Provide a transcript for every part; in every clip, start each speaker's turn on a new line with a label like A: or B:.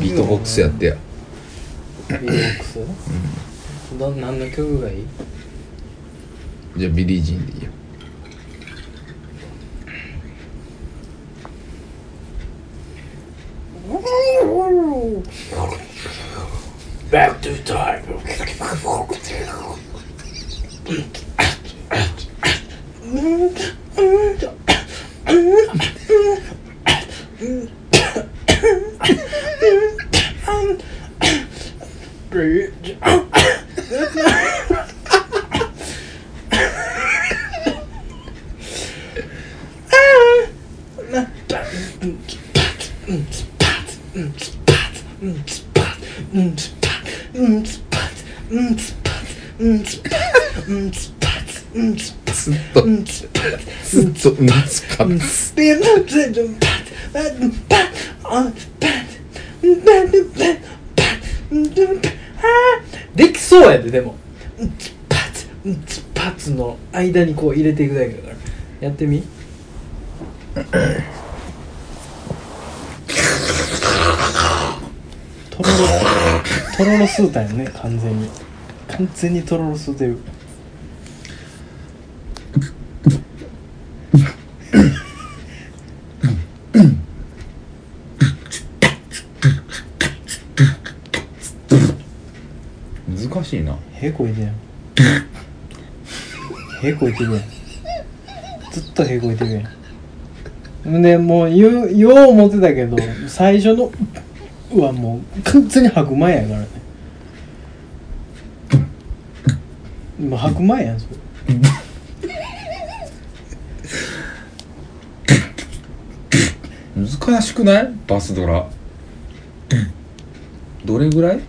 A: ビートボックスやってや
B: ビートボックス、ど何の曲がいい
A: じゃあビリー・ジーンでいい よ
B: バックトゥタイム
A: ずっとずっと夏かつ
B: できそうやででもうんつパツうんつパツの間にこう入れていくだけだからやってみとろろとろろ吸うたんよね完全に完全にとろろ吸うてる
A: 難しいな
B: へこいてんへこいてるやんずっとへこいてるやんでもうようよう思ってたけど最初の「う」はもう完全に白米やからねもう白米やんそれ
A: 難しくないバスドラどれぐらい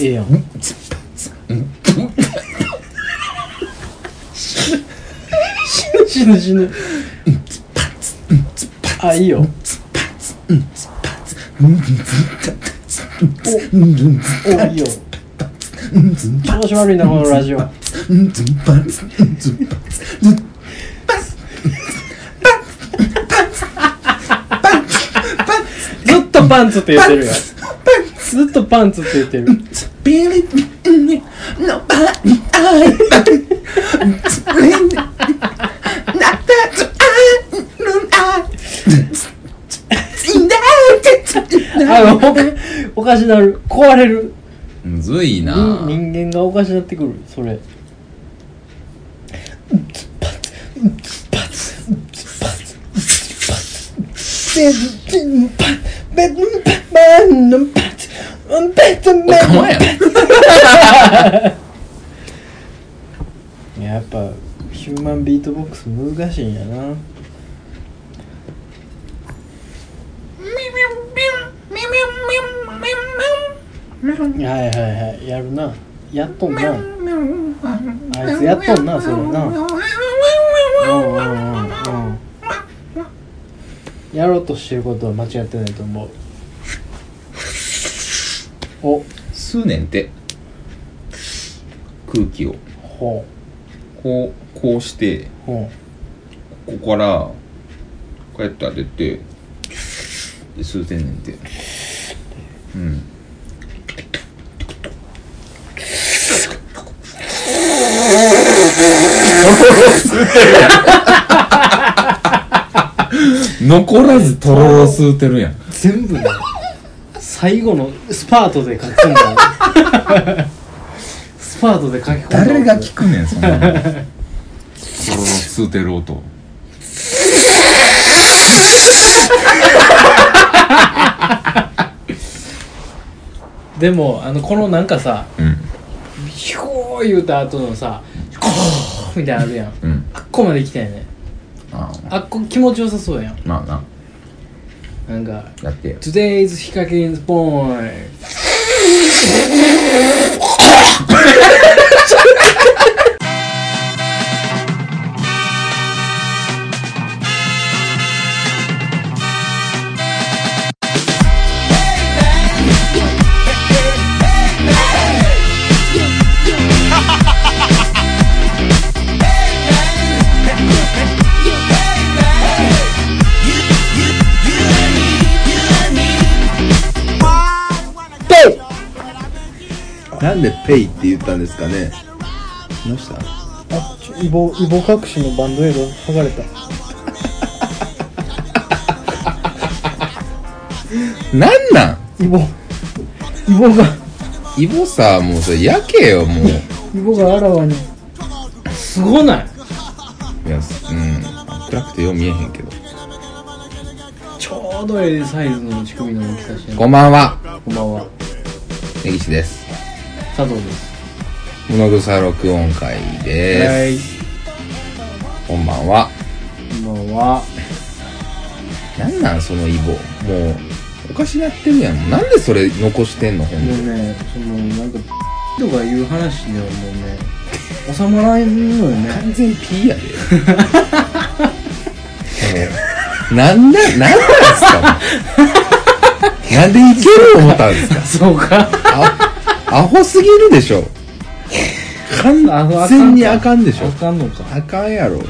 B: ええやん死ぬ死ぬ死ぬあいいよおいいよ調子悪いなこのラジオずっとパンツって言ってるやんずっとパンツって言ってるあおおかしなる壊れる
A: むずいな
B: 人人間がおかしなってくるそれ
A: おかまやな
B: やっぱヒューマンビートボックス難しいんやなはいはいはいやるなやっとんなあいつやっとんなそれなうんうんうんうんやろうとしてることは間違ってないと思うお
A: 数年って空気を
B: ほ
A: こうこうして
B: うほ
A: ここからこうやって当ててで数千年ってうん残らずとろろ吸うてるやん
B: う全部ね最後のスパートで書き込んだ スパートで書き込んだ
A: 誰が聞くねんそんなの とろろ吸うてる音
B: でもあのこのなんかさ
A: うん
B: ひょー言うた後のさこーみたいなのあるやん
A: うん
B: あっこまで来たよね
A: ああ
B: あっこ気持ちよさそうやん
A: まあな
B: なんか
A: やってよ
B: Today's ヒカキンスポイン
C: 「
A: なんでペイって言ったんですかねどうした
B: あちょイボイボ隠しのバンドエイド剥がれた
A: なんなん
B: イボイボが
A: イボさもうそれやけよ もう
B: イボがあらわにすごない
A: いやうん暗くてよう見えへんけど
B: ちょうどええサイズの乳首の大きさして
A: こんばんは
B: こんばんは
A: 根岸です
B: 佐藤です
A: モノグサ録音会で
B: い
A: すこんばんは
B: こんばんは
A: なんなんそのイボもうおかしなってるやんなんでそれ残してんのほん
B: も
A: と
B: うねそのなんかとかいう話ではもうね収まらんのよね
A: 完全 P やでもうなんだなんなんすかもうなんでいける思ったんですか
B: そうか
A: アホすぎるでしょ
B: かんあの
A: 完全にあかんでしょ
B: あかんのか
A: あかんやろ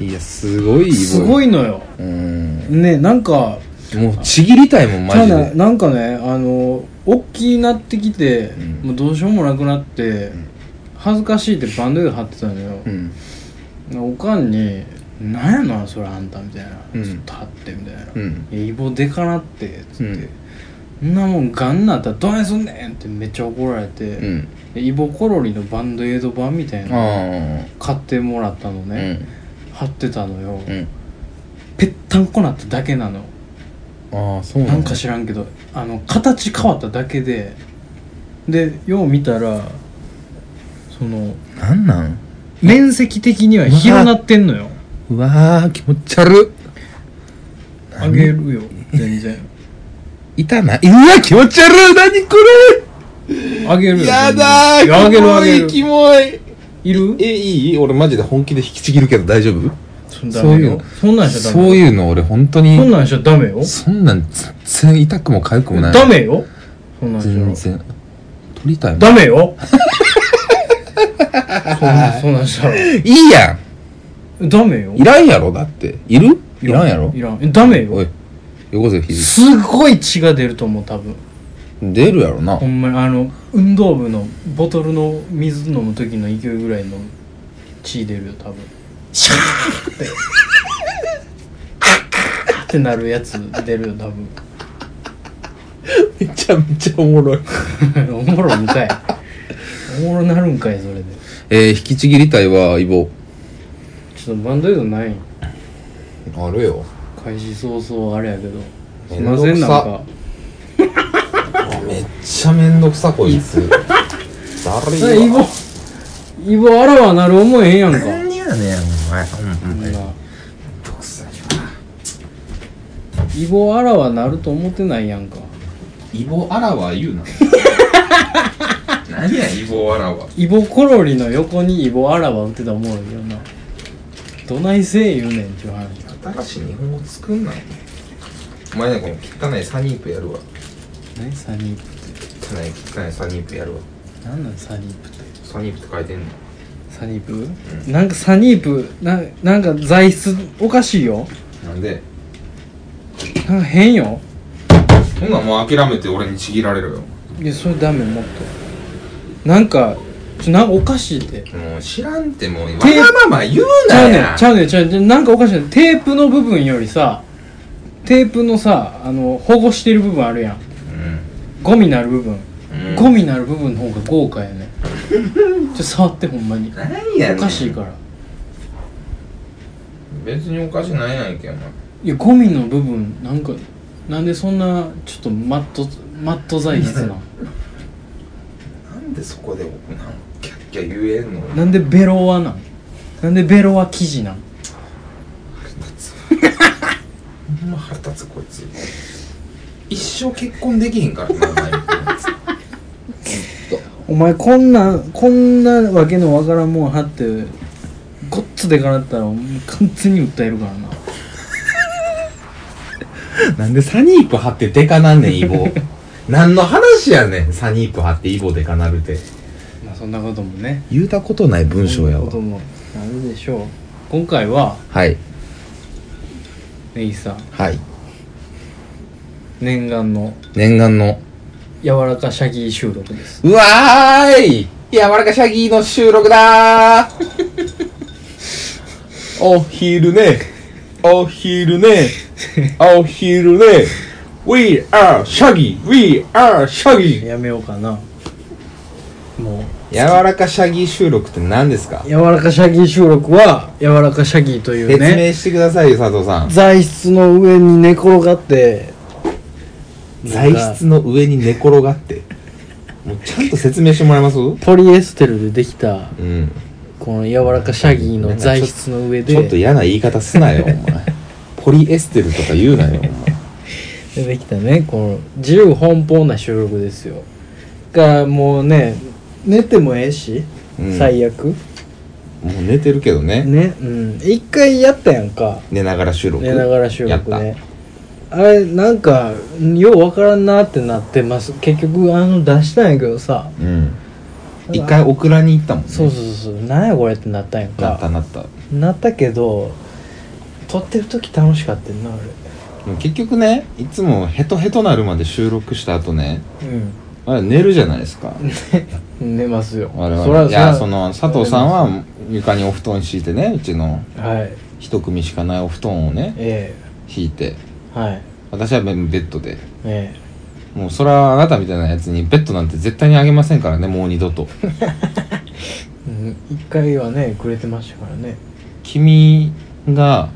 A: いやすごいイボ
B: すごいのよ
A: うん
B: ねなんか
A: もうちぎりたいもんマ
B: た
A: ジで
B: だなんかねあの大きくなってきて、
A: ん
B: もうどうしようもなくなって、恥ずかしいってバンドエイド貼ってたのよ、
A: うん
B: おかんに「なんやなそれあんた」みたいな「
A: うん
B: ちょっと貼って」みたいな「
A: うん
B: いやイボでかなって」つって「そんなもんガンなったらどないすんねん!」ってめっちゃ怒られて、
A: うん
B: でイボコロリのバンドエイド版みたい
A: あ
B: なの
A: あ
B: 買ってもらったの
A: う
B: ね、
A: ん
B: 貼ってたのよ、
A: うん
B: ぺったんこなっただけなの
A: ああそうな
B: なんん
A: だ
B: か知らんけどあの形変わっただけででよう見たらその
A: なんなん
B: 面積的には広なってんのよ
A: うわー気持ち悪っ
B: あげるよ全然
A: 痛ないうわ気持ち悪い何こ
B: あげる
A: れ
B: よ
A: やだー
B: 全然いやあげるあげる
A: キモいキモい
B: いる
A: えいい俺マジで本気で引きちぎるけど大丈夫
B: そん
A: そ
B: な
A: ういうの
B: そんなんしちゃダ
A: そ
B: メ
A: ういうの俺本当に
B: そんなんしちゃダメよ
A: そんなん全然痛くも痒くもない
B: ダメよそんなん
A: 全
B: しちゃ
A: 然取りたいもん
B: ダメよ そんなそんなんしちゃ
A: いいや
B: ダメよ
A: んいらんやろだっているいらんやろ
B: いらんえダメ
A: お
B: よ
A: いよこせ肘
B: すごい血が出ると思う多分
A: 出るやろな
B: ほんまにあの運動部のボトルの水飲む時の勢いぐらいの血出るよ多分シャーってってなるやつ出るよ多分
A: めちゃめちゃおもろい
B: おもろみたいおもろなるんかいそれで
A: えー、引きちぎりたいはイボ
B: ちょっとバンドエイドないん
A: あるよ
B: 開始早々あれやけどすい
A: めん
B: ま
A: ど
B: せ
A: く
B: ん
A: さ
B: なんか
A: めっちゃめんどくさこい つだる
B: それイボイボあらわなる思えへんやんかほん
A: やねんお前ほんまに
B: ま
A: どくさいわ
B: イボあらわなると思ってないやんか
A: イボあらは言うな何やイボあらは
B: イボコロリの横にイボあらわ打ってたらおもろいよなどないせえ言うねんっていう話
A: 新しい日本語作んなお前ねこの汚いサニープやるわ
B: 何サニープって
A: 汚い汚いサニープやるわ
B: 何なんサニープって
A: サニープって書いてんの
B: サニープ、なんかサニープななんか材質おかしいよ
A: なんで
B: なんか変よ
A: ほんならもう諦めて俺にちぎられるよ
B: いやそれダメもっとなんかちょなんかおかしいって
A: もう知らんってもうわ
B: 手
A: がまま言う
B: ち
A: な
B: ゃうね
A: や
B: んちゃうねんちゃうねんなんかおかしいねんテープの部分よりさテープのさあの保護してる部分あるやんゴミなる部分、
A: うん
B: ゴミなる部分の方が豪華や ねちょ触ってほんまに
A: 何やねん
B: おかしいから
A: 別におかしないやんけお前
B: いやゴミの部分なんかなんでそんなちょっとマットマット材質 な
A: なんでそこで僕なんかキャッキャ言えんの
B: んなんでベロはなんなんでベロは生地なん
A: ほんま腹立つこいつ一生結婚できへんからなお前みたいなやつ
B: お前こんなこんなわけのわからんもん貼ってごっつでかなったらもう完全に訴えるからな
A: なんでサニープ貼ってデカなんねんイボ 何の話やねんサニープ貼ってイボデカなるて
B: まあそんなこともね
A: 言うたことない文章や
B: そ
A: わ
B: んなこともあるでしょう今回は
A: はい
B: ネギさん
A: はい
B: 念願の
A: 念願の柔らかシャギー収録です
D: うわーい柔らかシャギーの 収録だーお昼ねお昼 ねお昼ね We are シャギー We are シャギー
B: やめようかなもう
D: 柔らかシャギー収録って何ですか
B: 柔らかシャギー収録は柔らかシャギーという
D: 説
B: ね
D: 明してくださいよ佐藤さん
B: 材質の上に寝転がって
D: 材質の上に寝転がってもうちゃんと説明してもらえますう
B: ポリエステルでできた
D: ん
B: この柔らかシャギーの材質の上で
D: ちょっと嫌な言い方すなよお前ポリエステルとか言うなよお
B: 出てきたねこの自由奔放な収録ですよだからもうね寝てもええし、
D: うん
B: 最悪
D: 前もう寝てるけどね
B: ねうん一回やったやんか
D: 寝ながら収録
B: 寝ながら収
D: や
B: 録
D: った
B: ねあれなんかようわからんなってなってます結局あの出したんやけどさ
D: うん一回オクラに行ったもんね
B: そうそうそうそうなんやこれってなったんやんか
D: なったなった
B: なったけど撮ってる時楽しかったよなあ
D: もう結局ねいつもヘトヘトなるまで収録した後ね
B: れ
D: あれ寝るじゃないですか
B: うん寝ますよ
D: 我々
B: そら
D: いや
B: そ
D: そ
B: ら
D: の佐藤さんは床にお布団敷いてねうちの
B: はい
D: 一組しかないお布団をね
B: え
D: 敷いて
B: えはい
D: 私はベッドで
B: え
D: もうそれはあなたみたいなやつにベッドなんて絶対にあげませんからねもう二度 と
B: えうん一回はねくれてましたからね
D: 君が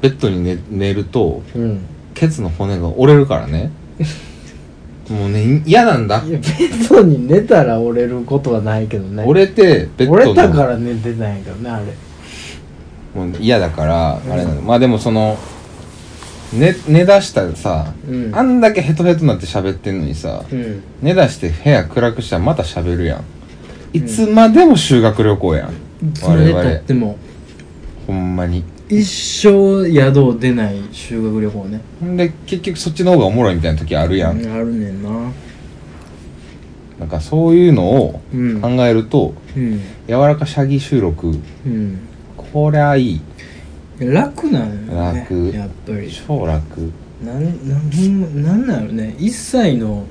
D: ベッドに寝寝ると
B: うん
D: ケツの骨が折れるからねもうね嫌なんだ
B: いやベッドに寝たら折れることはないけどね
D: 折れてベッドの
B: 折れたから寝てたんやけどねあれ
D: もう嫌だからあ
B: うん
D: れなの、まあでもその寝寝だしたらさ、
B: うん
D: あんだけヘトヘトになって喋ってんのにさ、
B: うん
D: 寝だして部屋暗くしたらまた喋るやんいつまでも修学旅行やん、
B: それで
D: 我
B: とっ
D: 々
B: ても
D: ほんまに
B: 一生宿を出ない修学旅行ね
D: んで結局そっちの方がおもろいみたいな時あるやん、
B: うんあるねんな
D: なんかそういうのを
B: うん
D: 考えると、
B: うん
D: 柔らかシャギ収録
B: うん
D: こりゃいい
B: 楽なんよね
D: 楽
B: やっぱり
D: 超楽
B: なんなんほんまなんなのね一切の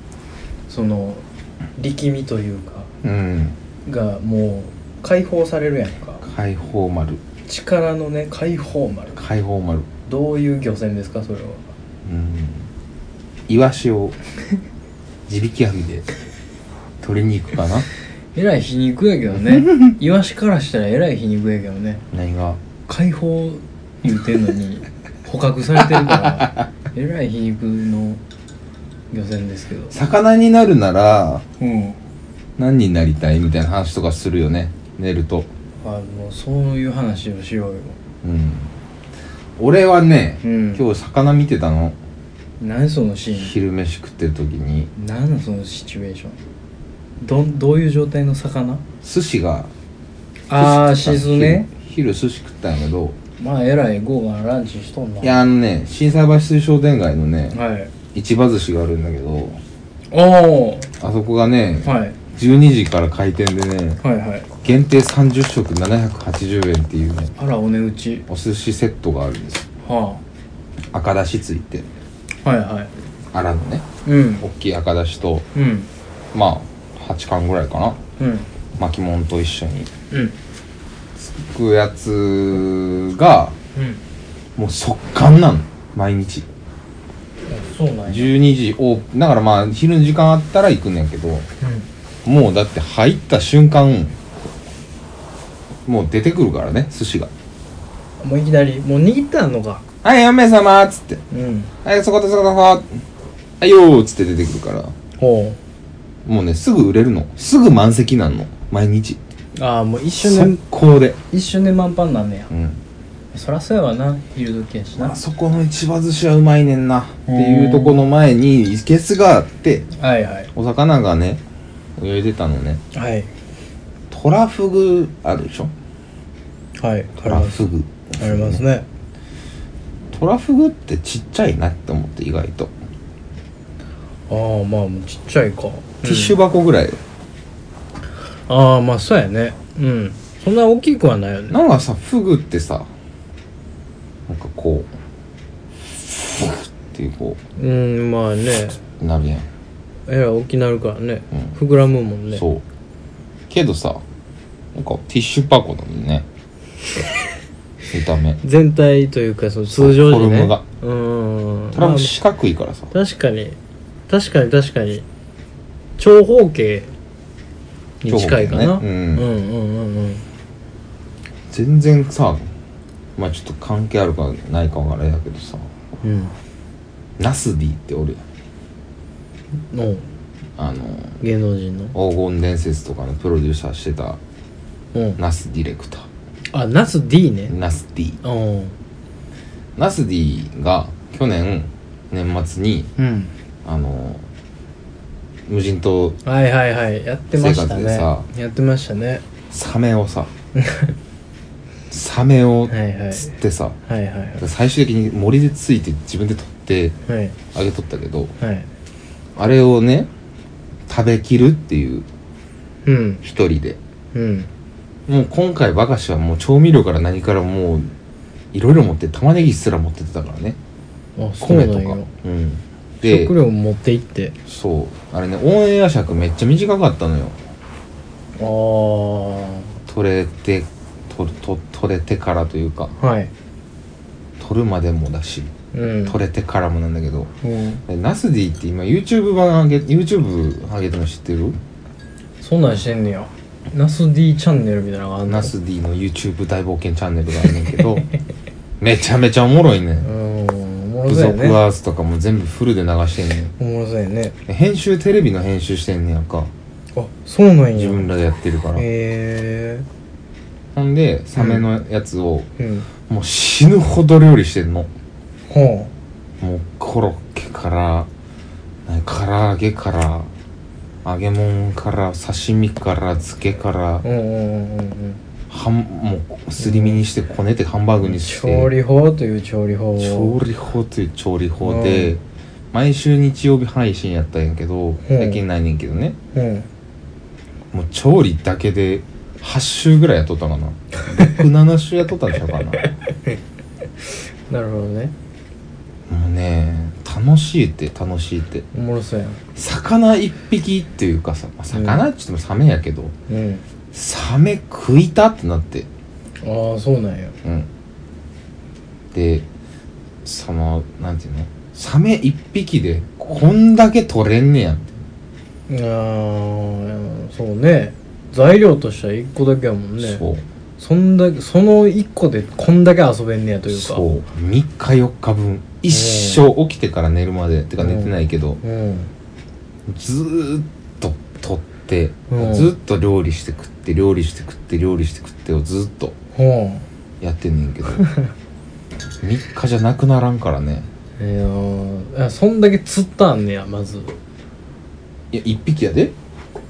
B: その力みというか
D: うん
B: がもう解放されるやんか
D: 解放丸
B: 力のね解放丸
D: 解放丸
B: どういう漁船ですかそれは
D: うんイワ シを地引き網で取りに行くかな
B: えらい皮肉やけどね イワシからしたらえらい皮肉やけどね
D: 何が
B: 解放言うてんのに捕獲されてる からえらい皮肉の漁船ですけど
D: 魚になるなら
B: うん
D: 何になりたいみたいな話とかするよね寝ると
B: あのそういう話をしようよ
D: うん俺はね、
B: うん
D: 今日魚見てたの
B: 何そのシーン
D: 昼飯食ってる時に
B: 何そのシチュエーションどんどういう状態の魚
D: 寿司が
B: ああ
D: 寿
B: シ
D: 司食
B: ズ
D: った
B: ね
D: 昼昼寿司食ったんやけど
B: まあえらい豪華なランチしとんない
D: やあのね心斎橋水商店街のね
B: はい
D: 市場寿司があるんだけど
B: おお
D: あそこがね
B: はい
D: 12時から開店でね
B: はいはい
D: 限定30食780円っていうね
B: あらお値打ち
D: お寿司セットがあるんですよ
B: は
D: 赤だしついて
B: あはいはい
D: アラのね
B: うん
D: 大きい赤だしと
B: うん
D: まあ8貫ぐらいかな
B: うん
D: 巻きもんと一緒に
B: うん
D: 食うやつが
B: うん
D: もう速乾なの毎日
B: そうなんや
D: 12時オープンだからまあ昼の時間あったら行くねんやけどもうだって入った瞬間もう出てくるからね寿司が
B: うんもういきなりもう握ってあんのか
D: 「はい4名様」っつって
B: うん
D: 「はいそこだそこだそこ」はいよー」っつって出てくるから
B: ほ
D: もうねすぐ売れるのすぐ満席なんの毎日
B: うああもう一瞬
D: 最
B: で
D: 高で、
B: 一瞬で満パンなんねや
D: うん、
B: そらそうやわな昼時やしな
D: あそこの市場寿司はうまいねんなっていうとこの前に生けすがあって
B: はいはい
D: お魚がね泳いでたのね
B: はい
D: トラフグあるでしょ
B: はい
D: トラフグ
B: ありますね
D: トラフグってちっちゃいなって思って意外と
B: ああまあもうちっちゃいかテ
D: ティッシュ箱ぐらい、
B: ああまあそうやねうんそんな大きくはないよね
D: なんかさフグってさなんかこうフッっていうこ
B: うんまあね
D: うなるやん
B: えらい大きなるからね、
D: う
B: 膨らむもんね
D: そうけどさなんかティッシュ箱なのね見た目
B: 全体というかその通常時ね
D: フォルムが
B: うん
D: これ
B: ま
D: も
B: あ
D: 四角いからさ
B: 確かに確かに確かに長方形に近いか
D: 長
B: な、
D: 方形ね
B: うん
D: う
B: うんうんうん
D: 全然さまあちょっと関係あるかないかはあれだけどさ
B: うん
D: ナスディっておるやん
B: の
D: あの
B: 芸能人の
D: 黄金伝説とかのプロデューサーしてた
B: うん
D: ナスディレクタ
B: あナス D
D: ー
B: ね
D: ナスディ
B: うん
D: ナスディが去年年末に
B: うん
D: あの無人島
B: はいはいはいやってまし
D: 生
B: た
D: 活で
B: ね
D: さ
B: やってましたね
D: サメを さサメを
B: はいはい
D: 釣ってさ、
B: はいはいはい
D: 最終的に森でついて自分で取って
B: はい
D: あげとったけど
B: はい
D: あれをね食べきるっていう
B: うん
D: 一人で
B: うん
D: もう今回バカシはもう調味料から何からもういろいろ持って玉ねぎすら持ってってたからね
B: あそうな
D: 米と
B: ん
D: か
B: よ
D: うんで
B: 食料持って行って
D: そうあれねオンエア尺めっちゃ短かったのよ
B: ああ
D: 取れて取取取れてからというか
B: はい
D: 取るまでもだし
B: うん
D: 取れてからもなんだけど
B: うん
D: でナスディって今 YouTube 版上げ YouTube 上げてるの知ってる
B: そんなんしてんねやナス D チャンネルみたいなのがあんの
D: ナスディの YouTube 大冒険チャンネルがあるねんけ どめちゃめちゃおもろいね
B: うんんおもろ
D: 部
B: そう
D: 族
B: やね
D: アースとかも全部フルで流してんね
B: おもろそうやね
D: ん編集テレビの編集してんねやんか
B: あそうなん
D: 自
B: や
D: 分らでやってるから、
B: へ
D: ほんでサメのやつを
B: えうん
D: もう死ぬほど料理してんの
B: ほ
D: もうコロッケから何唐揚げから揚げ物から刺身から漬けから
B: ううんうんうんうん
D: はんもうすり身にしてこねてハンバーグ
B: うん
D: にして
B: 調理法という調理法を
D: 調理法という調理法で、
B: うん
D: 毎週日曜日配信やったんやけど最近ないねんけどね
B: うん
D: もう調理だけで8週ぐらいやっとったかな67週やっとったんちゃうかな
B: なるほどね
D: もうね楽しいって楽しいって
B: おもろそうやん
D: 魚一匹っていうかさ、まあ魚って言ってもサメやけど、
B: うん
D: サメ食いたってなって
B: ああそうなんや
D: うんでそのなんていうのサメ一匹でこんだけ取れんねやって
B: あーそうね材料としては1個だけやもんね
D: そう
B: そんだけその1個でこんだけ遊べんねやというか
D: そう3日4日分一生起きてから寝るまでてか寝てないけど、
B: うん
D: ずーっと取って、
B: うん
D: ずーっと料理して食って料理して食って料理して食ってをずーっと
B: ほ
D: やってんねん けど3日じゃなくならんからね
B: ういやーあそんだけ釣ったんねやまず
D: いや1匹やで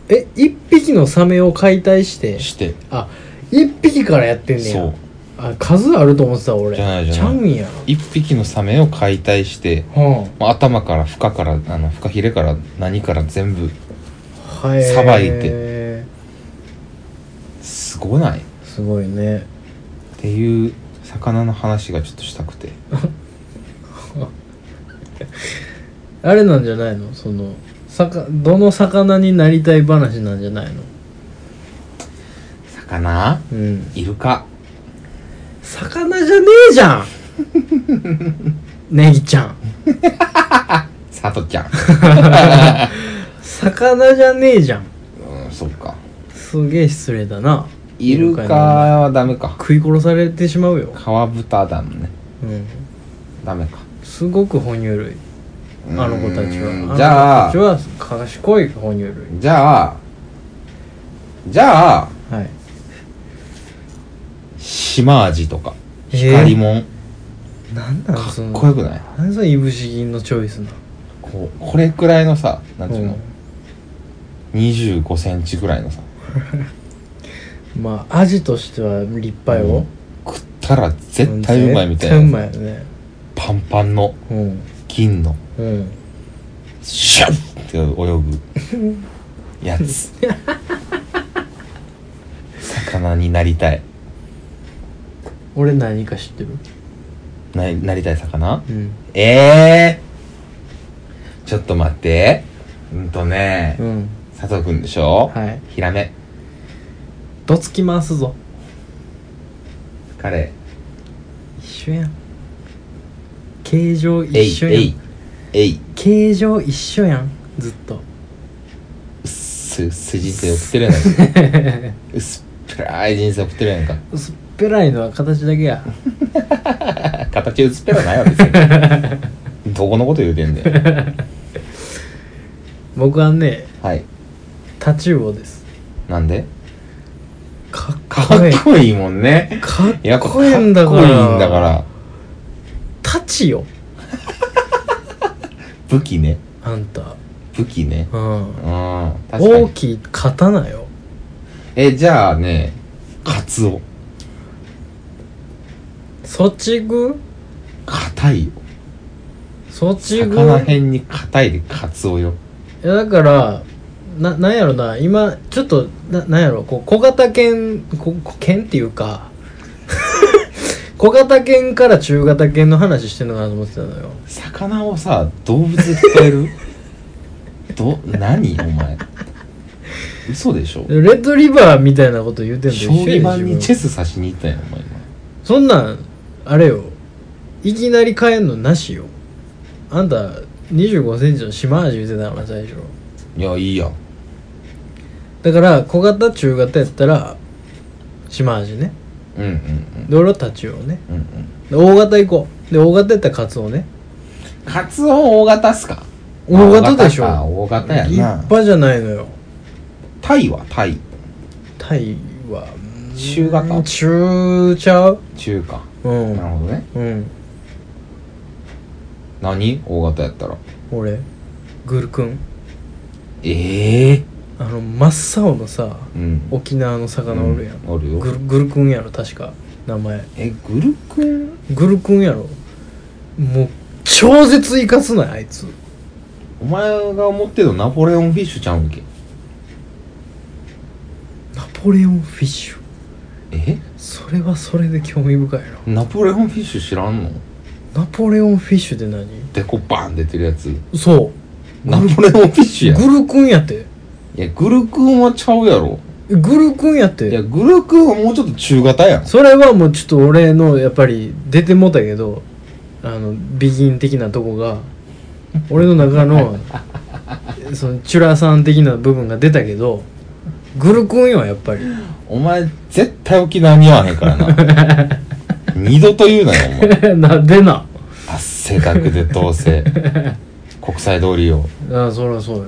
B: え一1匹のサメを解体して
D: して
B: あ一1匹からやってんね
D: そ
B: や
D: う
B: あ数あると思ってた俺
D: じゃないじゃない
B: ちゃうんや
D: 1匹のサメを解体して
B: は
D: もう頭からフカからあのフカヒレから何から全部
B: あはい
D: さばいすごないっ
B: すごいね
D: ていう魚の話がちょっとしたくて
B: あれなんじゃないのそのさかどの魚になりたい話なんじゃないの
D: 魚
B: うん
D: イルカ
B: 魚じゃねえじ ゃんネギちゃん
D: サトちゃん
B: 魚じゃねえじゃん
D: うんそっか
B: すげえ失礼だな
D: イルカはダメか
B: 食い殺されてしまうよ、
D: 川豚だもんね
B: うん、
D: ダメか
B: すごく哺乳類あの子たちは
D: う
B: あ
D: ー
B: の
D: んじゃ
B: 子た
D: あ
B: ちは賢い哺乳類
D: じゃあじゃあ
B: はい
D: 島味とか
B: えー
D: 光もん、
B: なんなん
D: か
B: そ
D: っ
B: の
D: こよくない
B: 何そのいぶし銀のチョイスな
D: こうこれくらいのさなんていうの、
B: う
D: 2 5センチぐらいのさ
B: んまあアジとしては立派よ、
D: うん食ったら絶対うまいみたいな、
B: 絶対うまいよね
D: パンパンの
B: うん
D: 銀の
B: うん
D: シュッって泳ぐや つ魚になりたい
B: 俺何か知ってる
D: ななりたい魚
B: うん
D: ええー、ちょっと待ってうんとね、
B: うん
D: 佐藤くんでしょ
B: はい
D: ヒラメ
B: どつき回すぞ
D: 彼
B: 一緒やん形状
D: え
B: 一
D: い
B: 緒
D: え
B: や
D: い
B: ん
D: えい
B: 形状一緒やんずっと
D: す筋生送ってるやない か薄っぺらい人生送ってるやんか
B: 薄っぺらいのは形だけや
D: 形薄っぺらないわ別に どこのこと言うてんねん
B: 僕はね
D: はい
B: タチウオです
D: なんで
B: かっ
D: か
B: こいい
D: っこいいもんね
B: か
D: いや
B: っ
D: こ
B: こいいんだから
D: かっこいいんだから
B: タチよ
D: 武器ね
B: あんた
D: 武器ね
B: うん
D: うん確か
B: 大
D: に
B: きい刀よ
D: えじゃあねカツオ
B: そちぐ
D: 硬いよ
B: そちぐ
D: 魚辺に硬いでカツオよ
B: いやだからななんやろな今ちょっとななんやろこう小型犬ここ犬っていうか 小型犬から中型犬の話してんのかなと思ってたのよ
D: 魚をさ動物で伝 えるど何お前嘘でしょ
B: レッドリバーみたいなこと言うてんのと
D: 将
B: 一緒
D: 棋
B: や
D: 盤
B: で
D: に
B: 自
D: チェ
B: 分
D: ス指しに行ったんやお前今
B: そんなんあれよいきなり変えんのなしよあんた2 5センチの島味言うてたのな最初
D: いやいいやん
B: だから小型中型やったら島味ね
D: うんうんうん
B: で俺はタチウオね
D: うんうん
B: で大型行こうで大型やったらカツオね
D: カツオ大型っすか
B: 大型でしょ
D: あ大型か大型
B: 立
D: やな
B: 派じゃないのよ
D: タイはタイ
B: タイはうん
D: 中型
B: 中ちゃう
D: 中華
B: う
D: なる
B: ん
D: ほどね
B: うん
D: 何大型やったら
B: 俺グルくん
D: ええ
B: あの真っ青のさ
D: うん
B: 沖縄の魚おるやん、
D: うんおるよ
B: グルグルくんやろ確か名前
D: えグルクン
B: グルくんやろもう超絶いかつないあいつ
D: お前が思ってるのナポレオンフィッシュちゃうんけ
B: ナポレオンフィッシュ
D: え
B: それはそれで興味深いな
D: ナポレオンフィッシュ知らんの
B: ナポレオンフィッシュって何
D: でこバーン出てるやつ
B: そ
D: ナポレオンフィッシュ
B: う
D: やんい
B: グルくんやって
D: やグルクンはちゃうやろ
B: グルくんやっ
D: いや
B: て
D: グルクンはもうちょっと中型やん
B: それはもうちょっと俺のやっぱり出てもうたけどあのビギン的なとこが俺の中 のそのチュラさん的な部分が出たけどグルくんよやっぱりい
D: お前絶対沖縄似合わへんからな 二度と言う なよお前
B: やなんでな
D: 汗だくでどうせ国際通りを
B: ああそりゃそうよ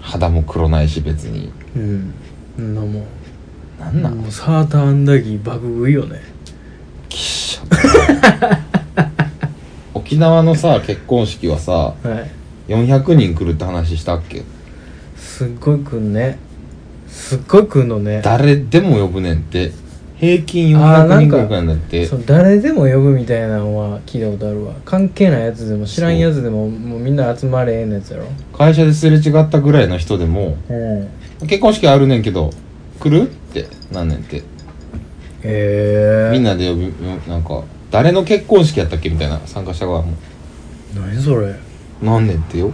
D: 肌も黒ないし別に
B: うんんなもん
D: なんなん、
B: もうサーターアンダギー爆食いよね
D: きっしょ 沖縄のさ結婚式はさ
B: はい
D: 400人来るって話したっけ
B: すっごいくんねすっごいくんのね
D: 誰でも呼ぶねんって平均
B: あーな
D: 400
B: ん
D: 人
B: か
D: ぐらいなんだって
B: そう誰でも呼ぶみたいなのは聞いたことあるわ関係ないやつでも知らんやつでももうみんな集まれえんやつやろ
D: 会社ですれ違ったぐらいの人でも
B: うん
D: 結婚式あるねんけど来るってなんねんって
B: ええ
D: みんなで呼びなんか誰の結婚式やったっけみたいな参加した側も
B: 何それ
D: なんねんってよ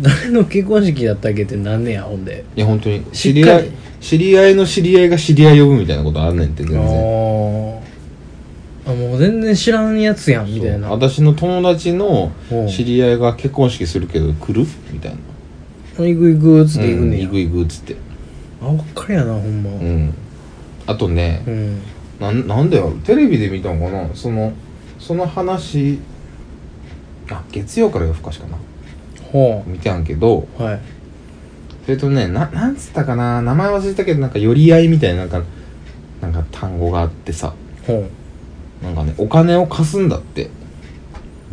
B: 誰の結婚式だったっけってなんねやほんで
D: いや本当に
B: し
D: 知
B: っ
D: り
B: か
D: 合
B: り
D: い知り合いの知り合いが知り合い呼ぶみたいなことあんねんって全
B: あ
D: 然
B: ーあもう全然知らんやつやんみたいな
D: そう私の友達の
B: うん
D: 知り合いが結婚式するけど来るみたいな
B: 行く行くっつって行く
D: うん
B: ね
D: 行
B: や、
D: く行くっつって
B: あばっかりやなほんま
D: う
B: うん、
D: んあとねなんなんだよテレビで見たのかなそのその話あ月曜から夜更かしかな
B: ほ
D: 見てやんけど
B: うはい
D: それとねななんつったかな名前忘れたけどなんか寄り合いみたいななんかなんか単語があってさ
B: ほ
D: なんかねお金を貸すんだって
B: う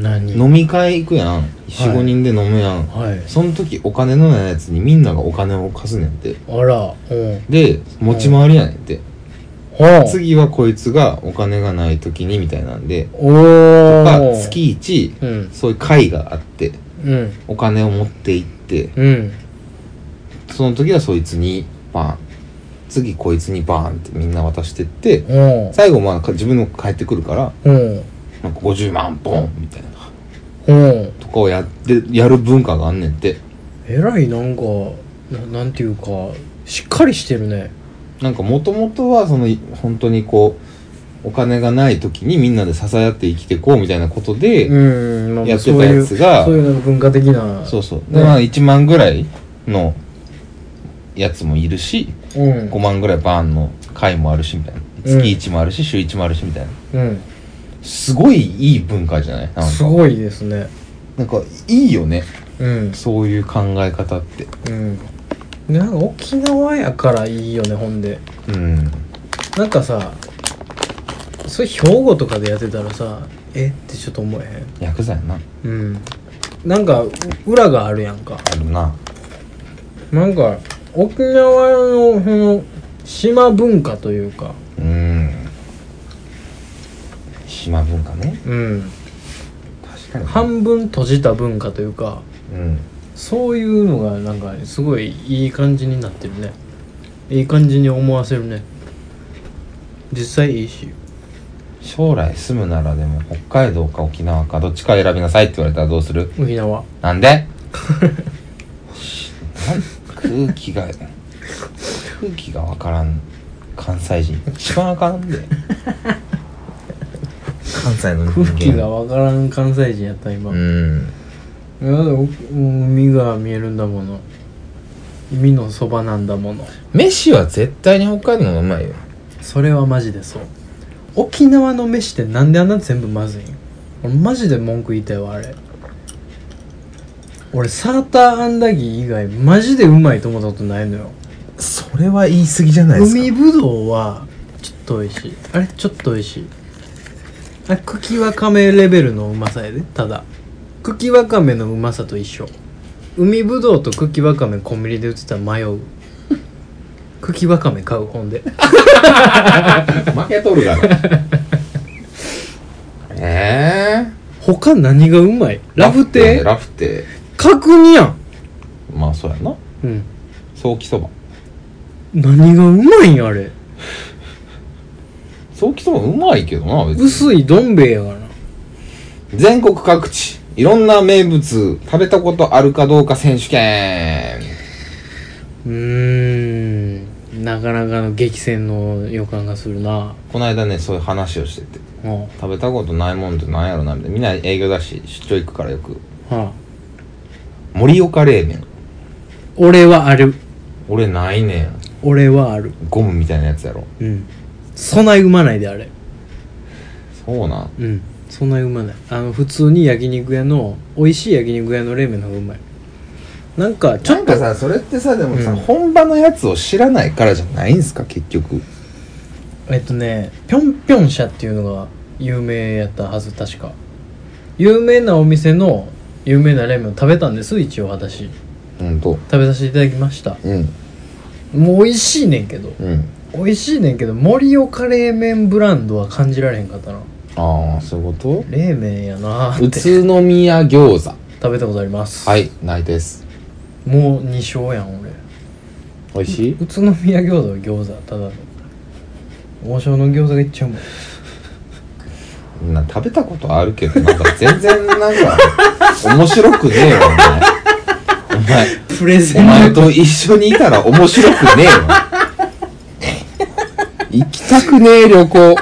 B: 何
D: 飲み会行くやん45、
B: はい
D: 人で飲むやん
B: はい
D: その時お金のないやつにみんながお金を貸すねんて
B: あらうん
D: で持ち回りやねんて、
B: ほう
D: 次はこいつがお金がない時にみたいなんで
B: お
D: まあ
B: お
D: 月一
B: うん
D: そういう会があって
B: うん
D: お金を持って行って
B: うん
D: その時はそいつにバーン次こいつにバーンってみんな渡してって
B: ほ
D: 最後まあ自分の帰ってくるから
B: うほう
D: なんか50万ボンみたいな
B: ほう
D: とかをやってやる文化があんねんて
B: へえらいなんかななんていうかしっかりしてるね
D: なんかもともとはそのい本当にこうお金がない時にみんなで支え合って生きてこうみたいなことで、
B: うん、まあ
D: やってたやつが
B: そういうそういうなんか文化的な
D: そうそう
B: ね
D: で、まあ、1万ぐらいのやつもいるし
B: うん
D: 5万ぐらいバーンの回もあるしみたいな
B: うん
D: 月1もあるし週1もあるしみたいな
B: うん
D: すごいいい文化じゃないなんか
B: すごいですね
D: なんかいいよね
B: うん
D: そういう考え方って
B: うんなんか沖縄やからいいよねほんで
D: うん
B: なんかさそれ兵庫とかでやってたらさえってちょっと思え
D: ヤクザやな
B: へんうんなんか裏があるやんか
D: あるな
B: なんか沖縄のその島文化というか
D: うん島文化ね
B: うん
D: 確かに
B: 半分閉じた文化というか
D: うん
B: そういうのがなんかすごいいい感じになってるねいい感じに思わせるね実際いいし
D: 将来住むならでも北海道か沖縄かどっちか選びなさいって言われたらどうする
B: 沖縄
D: なんでしなん空気が空気が分からん関西人一番あかんで関西の人間
B: 空気がわからん関西人やった今、
D: うん
B: いやだってお海が見えるんだもの海のそばなんだもの
D: 飯は絶対に北海道の方がうまいよ
B: それはマジでそう沖縄の飯ってなんであんな全部まずいん俺マジで文句言いたいわあれ俺サーターアンダギー以外マジでうまいと思ったことないのよ
D: それは言い過ぎじゃな
B: 海ぶどうはちょっと美味しいあれちょっと美味しいあ茎わかめレベルのうまさやでただ茎わかめのうまさと一緒海ぶどうと茎わかめコンビニで売ってたら迷う茎わかめ買う本で
D: 負けとるがな ええ
B: 他何がうまいラフテー
D: ラフテ
B: 角煮やん
D: ーまあそうやな
B: うん
D: 早期そば
B: 何がうまいんあれ
D: 早期そばうまいけどな別に
B: 薄いどん兵衛やからな
D: 全国各地いろんな名物食べたことあるかどうか選手権
B: うーんなかなかの激戦の予感がするな
D: この間ねそういう話をしてて
B: は
D: 食べたことないもんってなんやろなみたいなみんな営業だし出張行くからよく
B: あ、はあ、
D: 盛岡冷麺
B: 俺はある
D: 俺ないねん
B: 俺はある
D: ゴムみたいなやつやろ
B: うんそない産まないであれ
D: そうなん
B: うんそない産まないあの普通に焼肉屋の美味しい焼肉屋の冷麺の方がうまいなんかち
D: ち
B: ょ
D: ょ
B: っ
D: っと
B: と
D: さそれってさでもさ、
B: うん
D: 本場のやつを知らないからじゃないんすか結局
B: えっとねぴょんぴょん社っていうのが有名やったはず確か有名なお店の有名な冷麺を食べたんです一応私
D: うんと
B: 食べさせていただきました
D: うん
B: もう美味しいねんけど
D: うん
B: 美味しいねんけど盛岡冷麺ブランドは感じられへんかったな
D: ああそういうこと
B: 冷麺やなー
D: 宇
B: って
D: 都宮餃子
B: 食べたことあります
D: はいないです
B: もう2勝やん俺
D: 美味しい
B: 宇都宮餃子は餃子ただの王将の餃子がいっちゃうもん
D: な食べたことあるけどなんか全然なんか面白くねえよお前
B: プレ
D: お前お前と一緒にいたら面白くねえよ行きたくねえ旅行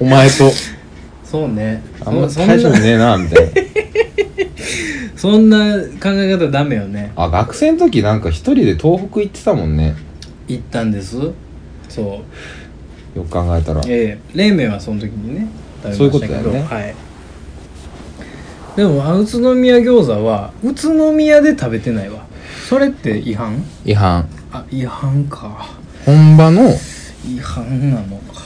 D: お前と
B: そうね
D: あんま
B: そ
D: 大丈夫ねえなみたいな
B: そんな考え方ダメよね
D: あ学生の時なんか一人で東北行ってたもんね
B: 行ったんですそう
D: よく考えたら
B: ええ冷麺はその時にね
D: そういうことだよね
B: はいでもあ宇都宮餃子は宇都宮で食べてないわそれって違反
D: 違反
B: あ違反か
D: 本場の
B: 違反なのか、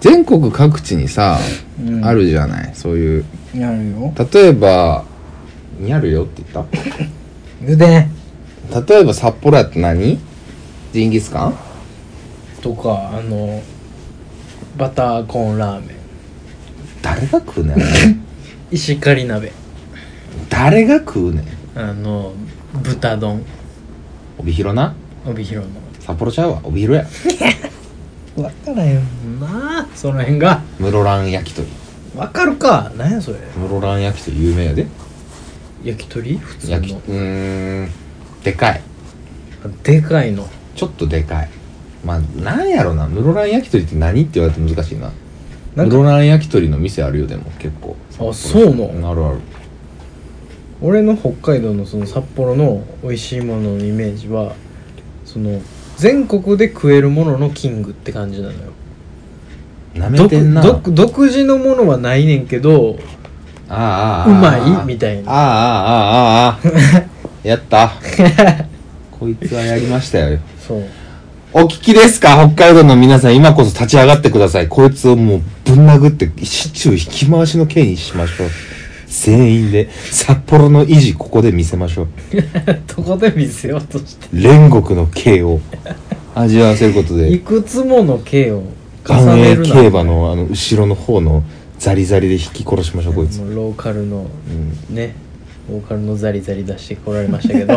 D: 全国各地にさ、
B: うん
D: あるじゃないそういう
B: やるよ
D: 例えばにあるよって言っ
B: うでん
D: た例えば札幌やって何ジンギスカン
B: とかあのバターコーンラーメン
D: 誰が食うねん
B: 石狩鍋
D: 誰が食うねん
B: あの豚丼
D: 帯広な
B: 帯広の
D: 札幌ちゃうわ帯広や
B: 分からへんなその辺が
D: 室蘭焼き鳥
B: 分かるか何やそれ
D: 室蘭焼き鳥有名やで
B: 焼き鳥普通
D: 焼きう
B: の
D: ーんでかい
B: あでかいの
D: ちょっとでかいまあなんやろな室蘭焼き鳥って何って言われて難しいな
B: なんか
D: 室蘭焼き鳥の店あるよでも結構
B: あそうなの
D: あるある
B: 俺の北海道のその札幌の美味しいもののイメージはその全国で食えるもののキングって感じなのよ
D: なめ
B: 独
D: てんな
B: 独独自のものはないねんけど
D: ああ
B: うまいみ
D: い
B: たいな
D: あああああああ あやったこいつはやりましたよ
B: そう
D: お聞きですか北海道の皆さん今こそ立ち上がってくださいこいつをもうぶん殴って市中引き回しの刑にしましょう全員で札幌の維持ここで見せましょう
B: どこで見せようとして
D: 煉獄の刑を味わわせること
B: い
D: で
B: くつもの刑を重
D: 関
B: ね
D: 営
B: るな
D: 競馬のあの後ろの方のザリザリで引き殺しましょうこいつ、
B: もうローカルの
D: うん、
B: ねローカルのザリザリ出してこられましたけ ど、う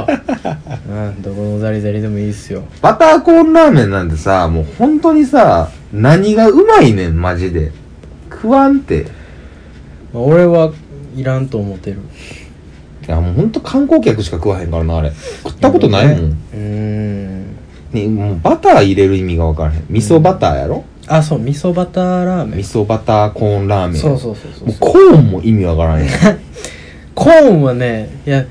B: ん、どこのザリザリでもいいっすよ
D: バターコーンラーメンなんてさもう本当にさ何がうまいねんマジで食わんて
B: まあ俺はいらんと思ってる
D: いやもうほんと観光客しか食わへんからなあれ食ったことないもん
B: うーん
D: ね、もうバター入れる意味が分からへん味噌バターやろ、
B: あそう味噌バターラーメ
D: 味噌バターコーンラー
B: ン
D: メン
B: そうそうそうそう
D: もうコーンも意味分からへん
B: コーンはねいや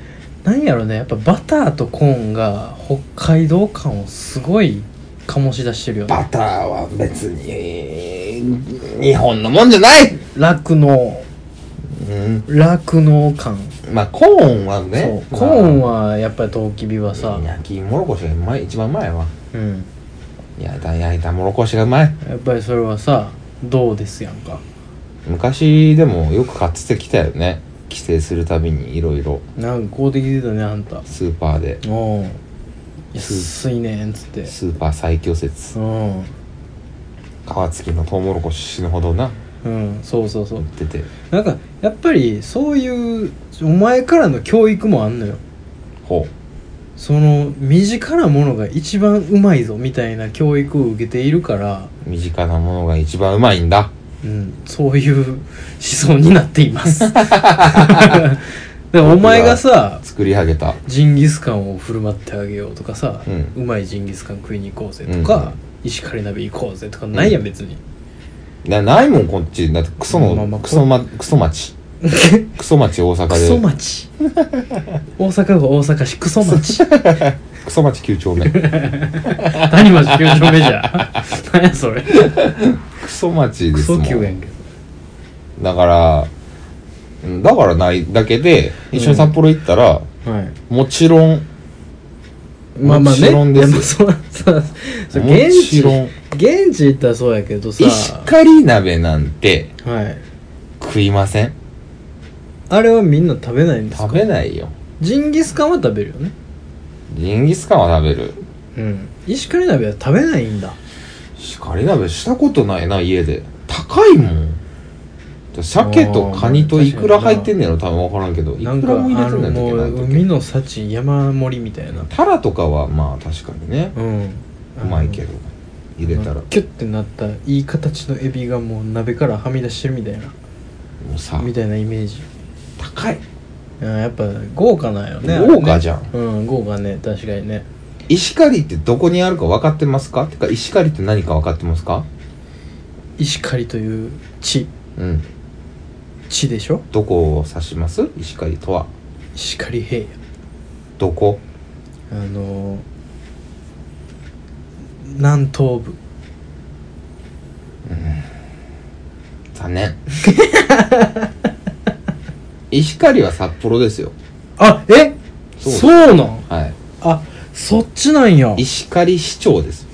B: なんやろねやっぱバターとコーンが北海道感をすごい醸し出してるよね
D: バターは別に日本のもんじゃない
B: 酪農
D: うん
B: 酪農感
D: まあコーンはね
B: そうコーン
D: は
B: はやっぱりトウキビはさ
D: 焼きもろこしがうまい一番うまいわ
B: うん
D: 焼いた焼いたもろこしがうまい
B: やっぱりそれはさどうですやんか
D: 昔でもよく買ってきたよね帰省するたびにいろいろ
B: なんかこうできてたねあんた
D: スーパーで
B: おう
D: す
B: 安いねんっつって
D: スーパー最強説
B: うん
D: 皮付きのトウモロコシ死ぬほどな
B: うんそうそうそ
D: 売
B: う
D: ってて
B: なんかやっぱりそういうお前からの教育もあんのよ
D: ほ
B: その身近なものが一番うまいぞみたいな教育を受けているから、
D: う身近なものが一番うまいんだ
B: うん、そういう思想になっています だからお前がさ
D: 作り上げた
B: ジンギスカンを振る舞ってあげようとかさ、
D: う
B: うんまいジンギスカン食いに行こうぜとか、石狩鍋行こうぜとかないやん別に、
D: なないもんこっちだってクソの、
B: まあまあ
D: クソまク ソ町クソ町大阪
B: ク
D: で
B: ソ町大阪府大阪市クソ町
D: クソ町9丁 目ク
B: 何町球場メジャ ー何やそれ
D: ソ町
B: ク
D: ですも
B: ソ
D: ん
B: 球やんけど
D: だからうんだからないだけで一緒に札幌行ったら、
B: はい
D: もちろん
B: まあまあね
D: もちろんです
B: いやまあそうそうそう
D: も
B: 現
D: ち
B: 地
D: ろん
B: 現地行ったらそうやけどさ
D: 石狩鍋なんて
B: はい
D: 食いません
B: あれはみんな食べないんですか
D: 食べないよ
B: ジンギスカンは食べるよね
D: ジンギスカンは食べる
B: うん石狩鍋は食べないんだ
D: 石狩鍋したことないな家で高いもん鮭とカニとイクラ入ってんねやろ多分分からんけどいく
B: な
D: ら
B: んか
D: も入れ
B: あ
D: てんね
B: の
D: んだっ
B: も
D: け
B: う
D: ど
B: 海の幸山盛りみたいな
D: タラとかはまあ確かにね
B: うん
D: うまいけど入れたらも
B: キュッてなったいい形のエビがもう鍋からはみ出してるみたいな
D: うさ
B: みたいなイメージ
D: 高い
B: うんやっぱ豪華なんよね
D: 豪華じゃん
B: あれねうん豪華ね確かにね
D: 石狩ってどこにあるか分かってますかてか石狩って何か分かってますか
B: 石狩という地
D: うん
B: 地でしょ
D: どこを指します石狩とは
B: 石狩平
D: どこ
B: 野あのー南東部
D: 残念石狩は札幌ですよ
B: あえ
D: そう
B: そうなん
D: はい
B: あそっちなんやあ
D: 石狩市長です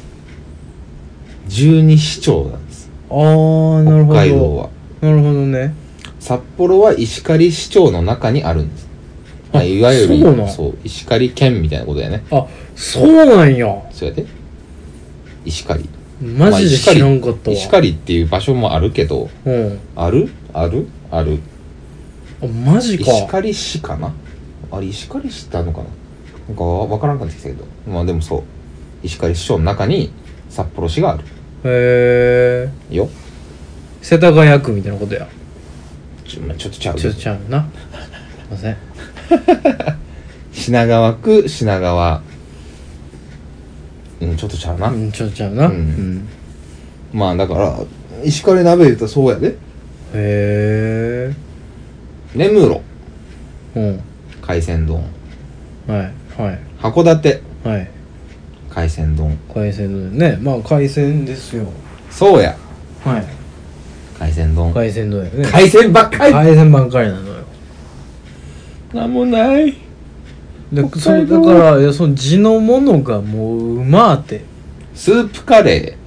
D: 十二市長なんです
B: ーなるほど
D: 北海道は
B: なるほどね
D: 札幌は石狩市長の中にあるんですまあ、
B: あ
D: いわゆる
B: そうなん
D: 石狩県みたいなことやね
B: あそうなんや
D: そうやって石狩
B: マジで知らんかったわ、
D: 石狩っていう場所もあるけど
B: うん
D: あるあるある
B: あマジか
D: 石狩市かなあれ石狩市ってあるのかななんかわからんかってきたけどまあでもそう石狩市長の中に札幌市がある
B: へえ
D: よ
B: 世田谷区みたいなことや
D: ちょ,、まあ、ちょっとちゃう
B: ちょっとちゃうなすいません
D: 品川区品川うんちょっとちゃうな、
B: うんちょっとちゃうな、
D: うんまあだから石狩鍋言うたらそうやで
B: へ
D: 根室
B: えうん
D: 海鮮丼
B: はいは
D: 函館
B: いはい
D: 海鮮丼
B: 海鮮丼ねまあ海鮮ですよ
D: そうや
B: はい
D: 海鮮丼
B: 海鮮丼やね
D: 海鮮ばっかり
B: 海鮮ばっかりなのよ
D: なんもない
B: で
D: 北
B: そう
D: 海道
B: だからいやその地のものがもううまって
D: スープカレ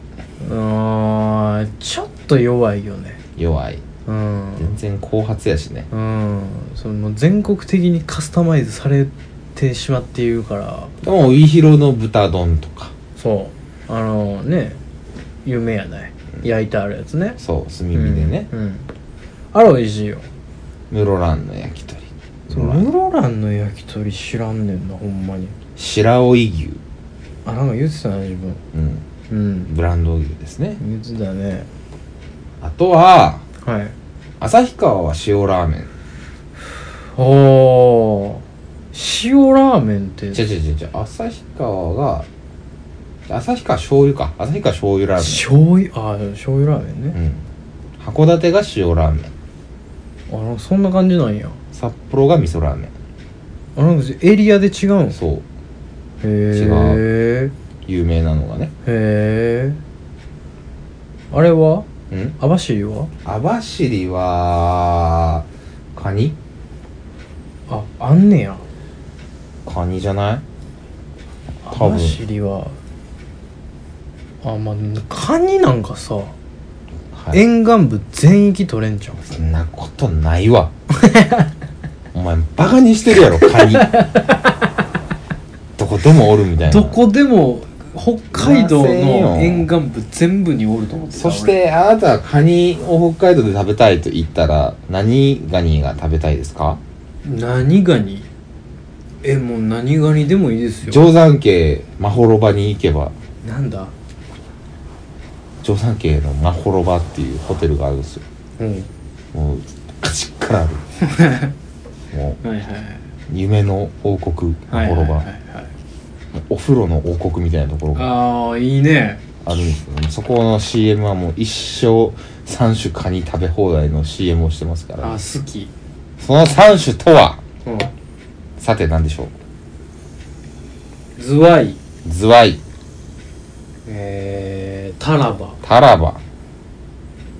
B: うーんちょっと弱いよね
D: ー弱い
B: うん
D: 全然後発やしね
B: うんそのもう全国的にカスタマイズされてしまっているから
D: でも帯広の豚丼とか
B: そうあのね有名やない焼いてあるやつね
D: そう炭火でね
B: うん、うんあれ美味しいよ
D: 室蘭の焼き鳥
B: その室蘭の焼き鳥知らんねんなほんまに
D: 白老牛、
B: あなんか言ってたな自分
D: うん、
B: うん
D: ブランド牛ですね
B: 言ってたね
D: あとは
B: はい
D: 旭川は塩ラーメン
B: おー塩ラーメンって
D: 違う違う違う違う旭川が旭川醤油か旭川醤油ラー
B: 醤油あー醤油ラーメン
D: メ
B: ね、
D: ン、うん、函館が塩ラーメン
B: あなんかそんな感じなんや
D: 札幌が味噌ラーメ
B: あなんかエリアで違うん
D: ン
B: へ
D: そう
B: え
D: 有名なのがね
B: へえあれは
D: うん
B: 網走は
D: 網走はカニ
B: ああんねや
D: カニじゃない多
B: 網
D: 分
B: 走はあまあカニなんかさ、
D: はい
B: 沿岸部全域取れんじゃん
D: そんなことない わお前バカにしてるやろカ ニどこでもおるみたいな
B: どこでも北海道
D: いませんよ
B: の沿岸部全部におると思ってた
D: そしてあなたはカニを北海道で食べたいと言ったら何ガニが食べたいですか
B: 俺何ガニえもう何ガニでもいいですよ
D: 定山渓まほろばに行けば
B: なんだ
D: 定山渓のまほろばっていうホテルがあるんですよ
B: うん
D: もうカチッから あるもう
B: はいはい
D: 夢の王国
B: は
D: ま
B: い
D: ほ
B: はいは
D: ろ
B: いは
D: ば
B: いはい
D: お風呂の王国みたいなところが
B: ああいいね
D: あるんですけどもそこの CM はもう一生3種カニ食べ放題の CM をしてますか
B: あ
D: ら
B: 好き
D: その3種とは
B: うん
D: さて何でしょう
B: ズワイ
D: ズワイ
B: えー、タラバ
D: タラバ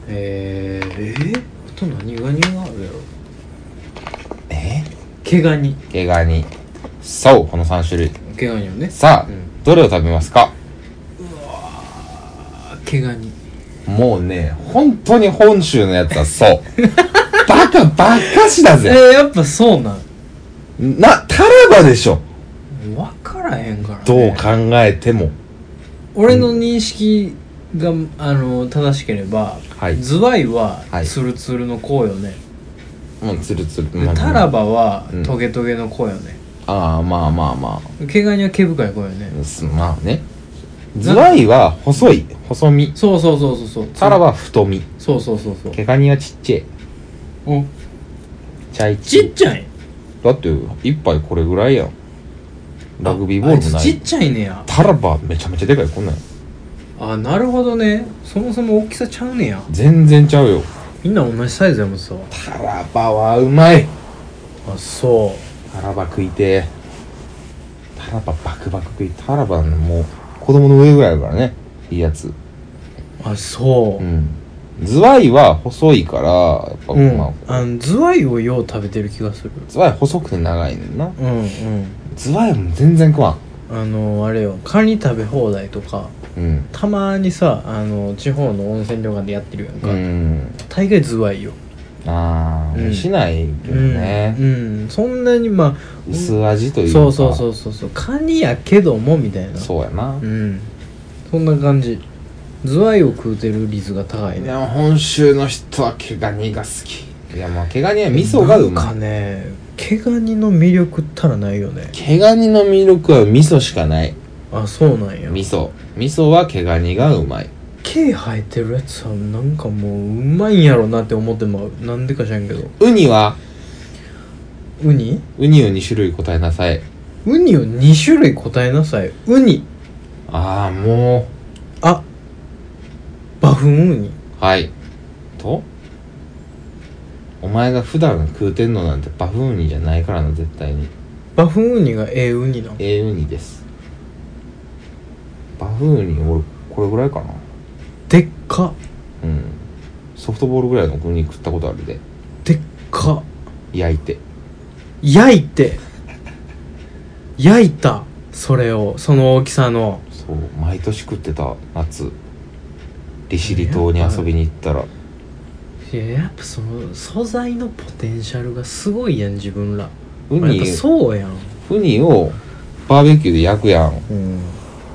B: えー、えー、あと何ガニがあるやろ
D: え
B: 毛ガニ
D: 毛ガニそうこの3種類
B: 毛ガニよね
D: さあ、
B: うん
D: どれを食べますか
B: あ毛ガニ
D: もうね本当に本州のやつはそう バカバカしだ
B: えー、
D: ぜ
B: やっぱそうなん
D: なタラバでしょ
B: 分からへんから、ね、
D: どう考えても
B: 俺の認識が、あの正しければ、
D: はい
B: ズワイは
D: はい
B: ツルツルの子よね、
D: もうツルツル
B: で
D: まあ
B: タラバは
D: うん
B: トゲトゲの子よね、
D: ああまあまあま
B: 毛ガニは毛深い子よね、
D: あすまあねズワイは細い細身
B: そうそうそうそうそう
D: タラバは太身
B: そうそうそうそう
D: 毛ガニはちっちゃい
B: お
D: ちゃい
B: ちっちゃい
D: だって一杯これぐらいやんラグビーボールも
B: あ
D: な
B: ちっ
D: い
B: ちゃいねや
D: タラバめちゃめちゃでかいこんなんや
B: あなるほどねそもそも大きさちゃうねや
D: 全然ちゃうよ
B: みんな同じサイズやもんさ
D: タラバはうまい
B: あそ
D: タラバ食いてえタラババクバク食いタラバのもう子供の上ぐらいやからねいいやつ
B: うあそうう、
D: んズワイは細いからやっぱ、
B: うん
D: まあ
B: あのズワイをよう食べてる気がする
D: ズワイ細くて長いねんな
B: うんうん
D: ズワイも全然食わん
B: あのあれよカニ食べ放題とか
D: うん
B: たまにさあの地方の温泉旅館でやってるやんか、
D: うん
B: 大概ズワイよ、
D: ああ、
B: うん
D: しないけどね
B: う、ん、うん、そんなにまあ
D: 薄味というか
B: そうそうそううそうそうカニやけどもみたいな
D: そうやな、
B: うんそんな感じズワイを食うてる率が高い
D: い
B: ね
D: や本州の人は毛ガニが好きいやまあ毛ガニは味噌がう
B: な
D: ま
B: ん
D: い
B: かね毛ガニの魅力ったらないよね
D: 毛ガニの魅力は味噌しかない
B: あそうなんや
D: 味噌味噌は毛ガニがうまい
B: 毛生えてるやつはなんかもううまいんやろなって思ってまうなんでか知らんけど
D: ウニは
B: ウニ
D: ウニを2種類答えなさい
B: ウニを2種類答えなさいウニ
D: ああも
B: あバフンウニ
D: うはいとお前が普段食うてんのなんてバフンウニじゃないからな絶対に
B: バフンウニがええウニなの
D: ええウニですバフンウニ俺これぐらいかな
B: でっか
D: うんソフトボールぐらいのウニ食ったことあるで
B: でっか
D: 焼いて
B: 焼いて焼いたそれをその大きさの
D: そう毎年食ってた夏利尻島に遊びに行ったら
B: いややっぱその素材のポテンシャルがすごいやん自分ら
D: ウ
B: やっ
D: ニ
B: ぱそうやん、
D: ウニをバーベキューで焼くやん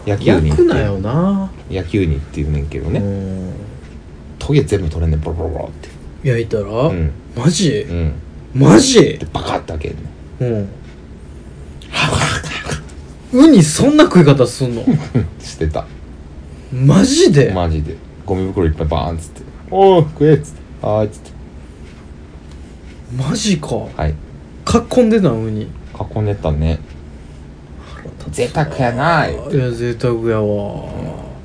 D: 焼きウニ
B: 焼
D: っ
B: く
D: て
B: なよな、
D: 焼きウニっていうねんけどね、
B: うん
D: トゲ全部取れんねんボロボロボロって
B: 焼いたら、
D: うん
B: マジ
D: うん
B: マジ
D: でバカッて開けんねん
B: うんウニそんな食い方すんの
D: してた
B: マジで、
D: マジでゴミ袋いっぱいバーンっつって「おお食え」っつって「はーい」っつって
B: マジか
D: はい
B: 囲んでたのウニ
D: 囲んでったね贅沢やなー
B: いや贅沢やわ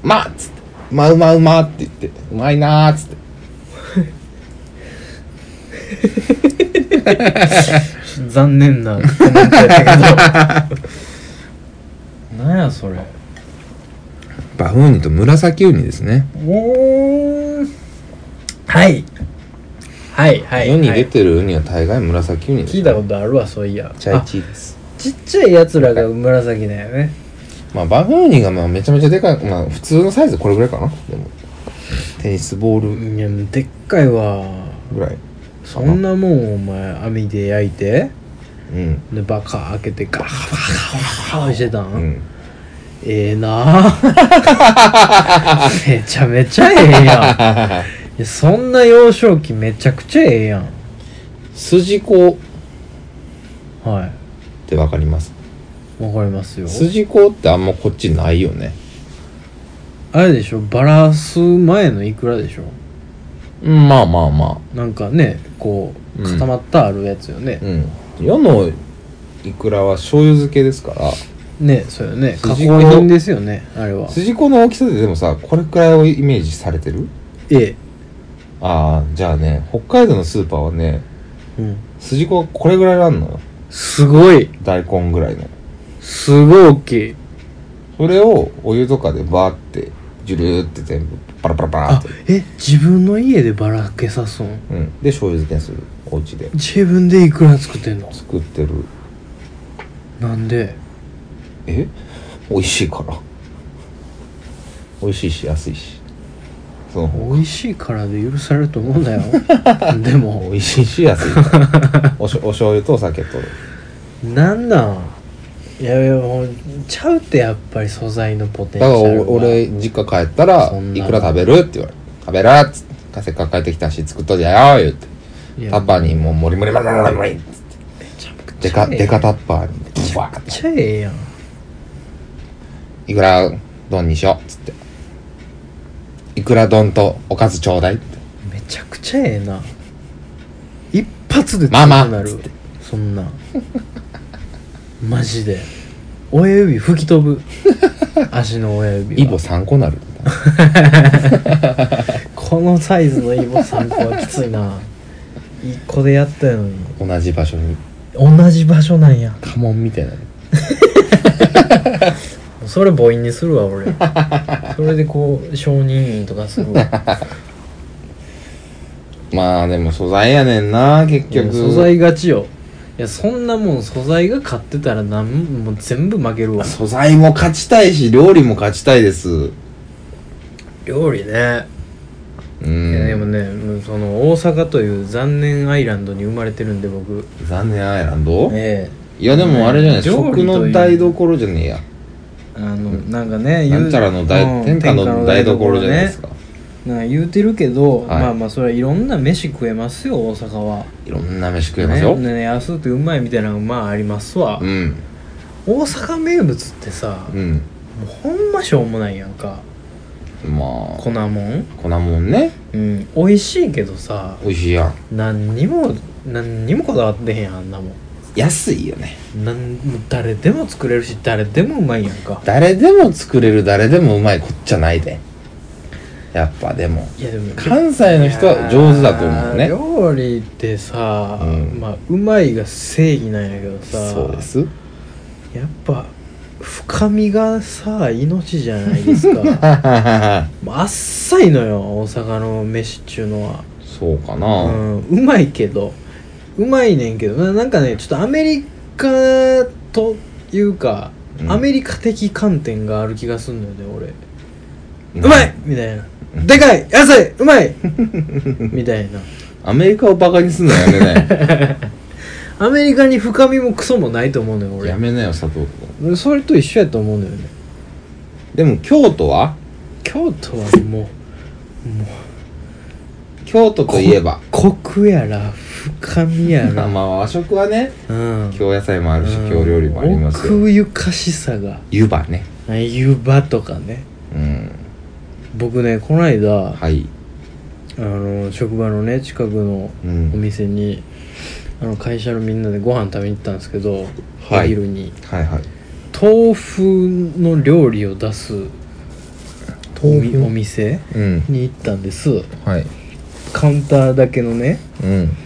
D: まっつって「うまうまうま」って言って「うまいな」っつって
B: 残念なコメントやったけど なんやそれ
D: バフンウニと紫ウニですね、
B: おーはいはいはい
D: 世に
B: は
D: 出
B: い、
D: てるウニは大概紫ウニです
B: 聞いたことあるわそういや
D: チャ
B: あ
D: イチーです
B: ちっちゃいやつらが紫だよね
D: まあバフンウニがまあめちゃめちゃでかいまあ普通のサイズこれぐらいかなでもテニスボール
B: いやでっかいわ
D: ぐらい
B: そんなもんお前網で焼いて
D: うん
B: でバカ開けてガーガーガーしてたん、
D: うん
B: ええなあめちゃめちゃええやんいやそんな幼少期めちゃくちゃええやん
D: 筋子っ
B: はい
D: てわかります
B: わかりますよ
D: 筋子ってあんまこっちないよね
B: あれでしょバラす前のいくらでしょ
D: うんまあまあまあ
B: なんかねこう
D: うん
B: 固まったあるやつよね、
D: うん世のイクラは醤油漬けですから
B: ねそうよね加
D: 筋子
B: 工品ですよねあれは
D: 筋子の大きさででもさこれくらいをイメージされてる
B: え
D: ああじゃあね北海道のスーパーはね
B: え、うん、
D: 筋子がこれぐらいあんのよ
B: すごい
D: 大根ぐらいの
B: すごい大きい
D: それをお湯とかでバーってジュルーって全部パラパラパラ
B: あ
D: って
B: え自分の家でバラけさすん
D: うんで醤油漬けにするお家で
B: 自分でいくら作ってんの
D: 作ってる
B: なんで
D: え美味しいから美味しいし安いしその方が
B: 美味しいからで許されると思うん だよでも
D: 美味しいし安いからおしょお醤油とお酒と
B: なんなんいやいやもうちゃうってやっぱり素材のポテ
D: だ
B: ンシ
D: から
B: ャルが
D: お俺実家帰ったら
B: そん
D: 「
B: ない
D: くら食べる?」って言われ「食べる?」っつって「せっかく帰ってきたし作っとじゃよ」言って
B: いや
D: タッパーにもうもりもりもりもりもりっつってでかでかタッパーにブワー
B: め
D: っ
B: っちゃええやん
D: て「いくら丼にしよう」っつって「いくら丼とおかずちょうだい」って
B: めちゃくちゃええな一発で
D: ママ
B: 強くなるそんなマジで親指吹き飛 ぶ足の親指
D: イ
B: は
D: ボ3個なる
B: このサイズのイボ3個はきついな1個でやったのに
D: 同じ場所に
B: 同じ場所なんや
D: 家紋みたいなの
B: それ母音にするわ 俺それでこう承認員とかす るわ
D: まあでも素材やねんな結
B: いや
D: 局
B: 素材勝ちよいやそんなもん素材が買ってたらなんもう全部負けるわ
D: 素材も勝ちたいし料理も勝ちたいです
B: 料理ね
D: う
B: いやでも
D: ん
B: ねもうその大阪という残念アイランドに生まれてるんで僕
D: 残念アイランド
B: え
D: いやでもあれじゃない
B: 料理とい
D: 食
B: う
D: の台所じゃねえや
B: えあのなんかね言う
D: なんちゃらの台
B: うん
D: 天下の台所じゃないです
B: 天下の
D: か
B: 台所ねなんか言うてるけど、
D: い
B: まあまあそれはいろんな飯食えますよ大阪はい
D: ろんな飯食えますよ
B: ねね安くてうまいみたいなのまあありますわ、
D: うん
B: 大阪名物ってさ、
D: うん
B: もうほんましょうもないやんか
D: ま
B: 粉もん
D: あ粉もんね
B: うん美味しいけどさ
D: 美味しいやん
B: 何にも何にもこだわってへんやんあんなもん
D: 安いよね
B: なんもう誰でも作れるし誰でもうまいやんか
D: 誰でも作れる誰でもうまいこっちゃないでやっぱでも
B: いやでも
D: 関西の人は上手だと思う
B: いやー
D: ね
B: 料理ってさ、
D: うん
B: まあうまいが正義なんやけどさ
D: そうです
B: やっぱ深みがさ命じゃないですか
D: はははは
B: もうあっさいのよ大阪の飯っちゅうのは
D: そうか
B: う
D: な、
B: んうまいけどうまいねんけどななんかねちょっとアメリカというか、
D: うん
B: アメリカ的観点がある気がすんのよね俺
D: うん
B: うまいみたいな。でかい安いうまい みたいな。
D: アメリカをバカにすんのやめなよ
B: アメリカに深みもクソもないと思うのよ、俺
D: や。めなよ佐藤君
B: 俺それと一緒やと思うのよね。
D: でも京都は
B: 京都はも
D: 京都といえば
B: う、コクやら、深みや
D: まあ
B: ら。
D: まあ和食はね
B: うん。
D: 京野菜もあるし京料理もありますよ
B: 奥ゆかしさが。
D: 湯葉ね
B: 湯葉とかね。
D: うん
B: 僕ね、こないだ、
D: はい
B: あの、職場のね、近くの
D: う
B: お
D: ん
B: 店に、あの、会社のみんなでご飯食べに行ったんですけど、
D: はい
B: お昼に。
D: はいはい
B: 豆腐の料理を出すお
D: 豆腐
B: お店
D: うん
B: に行ったんです
D: はい
B: カウンターだけのね
D: うん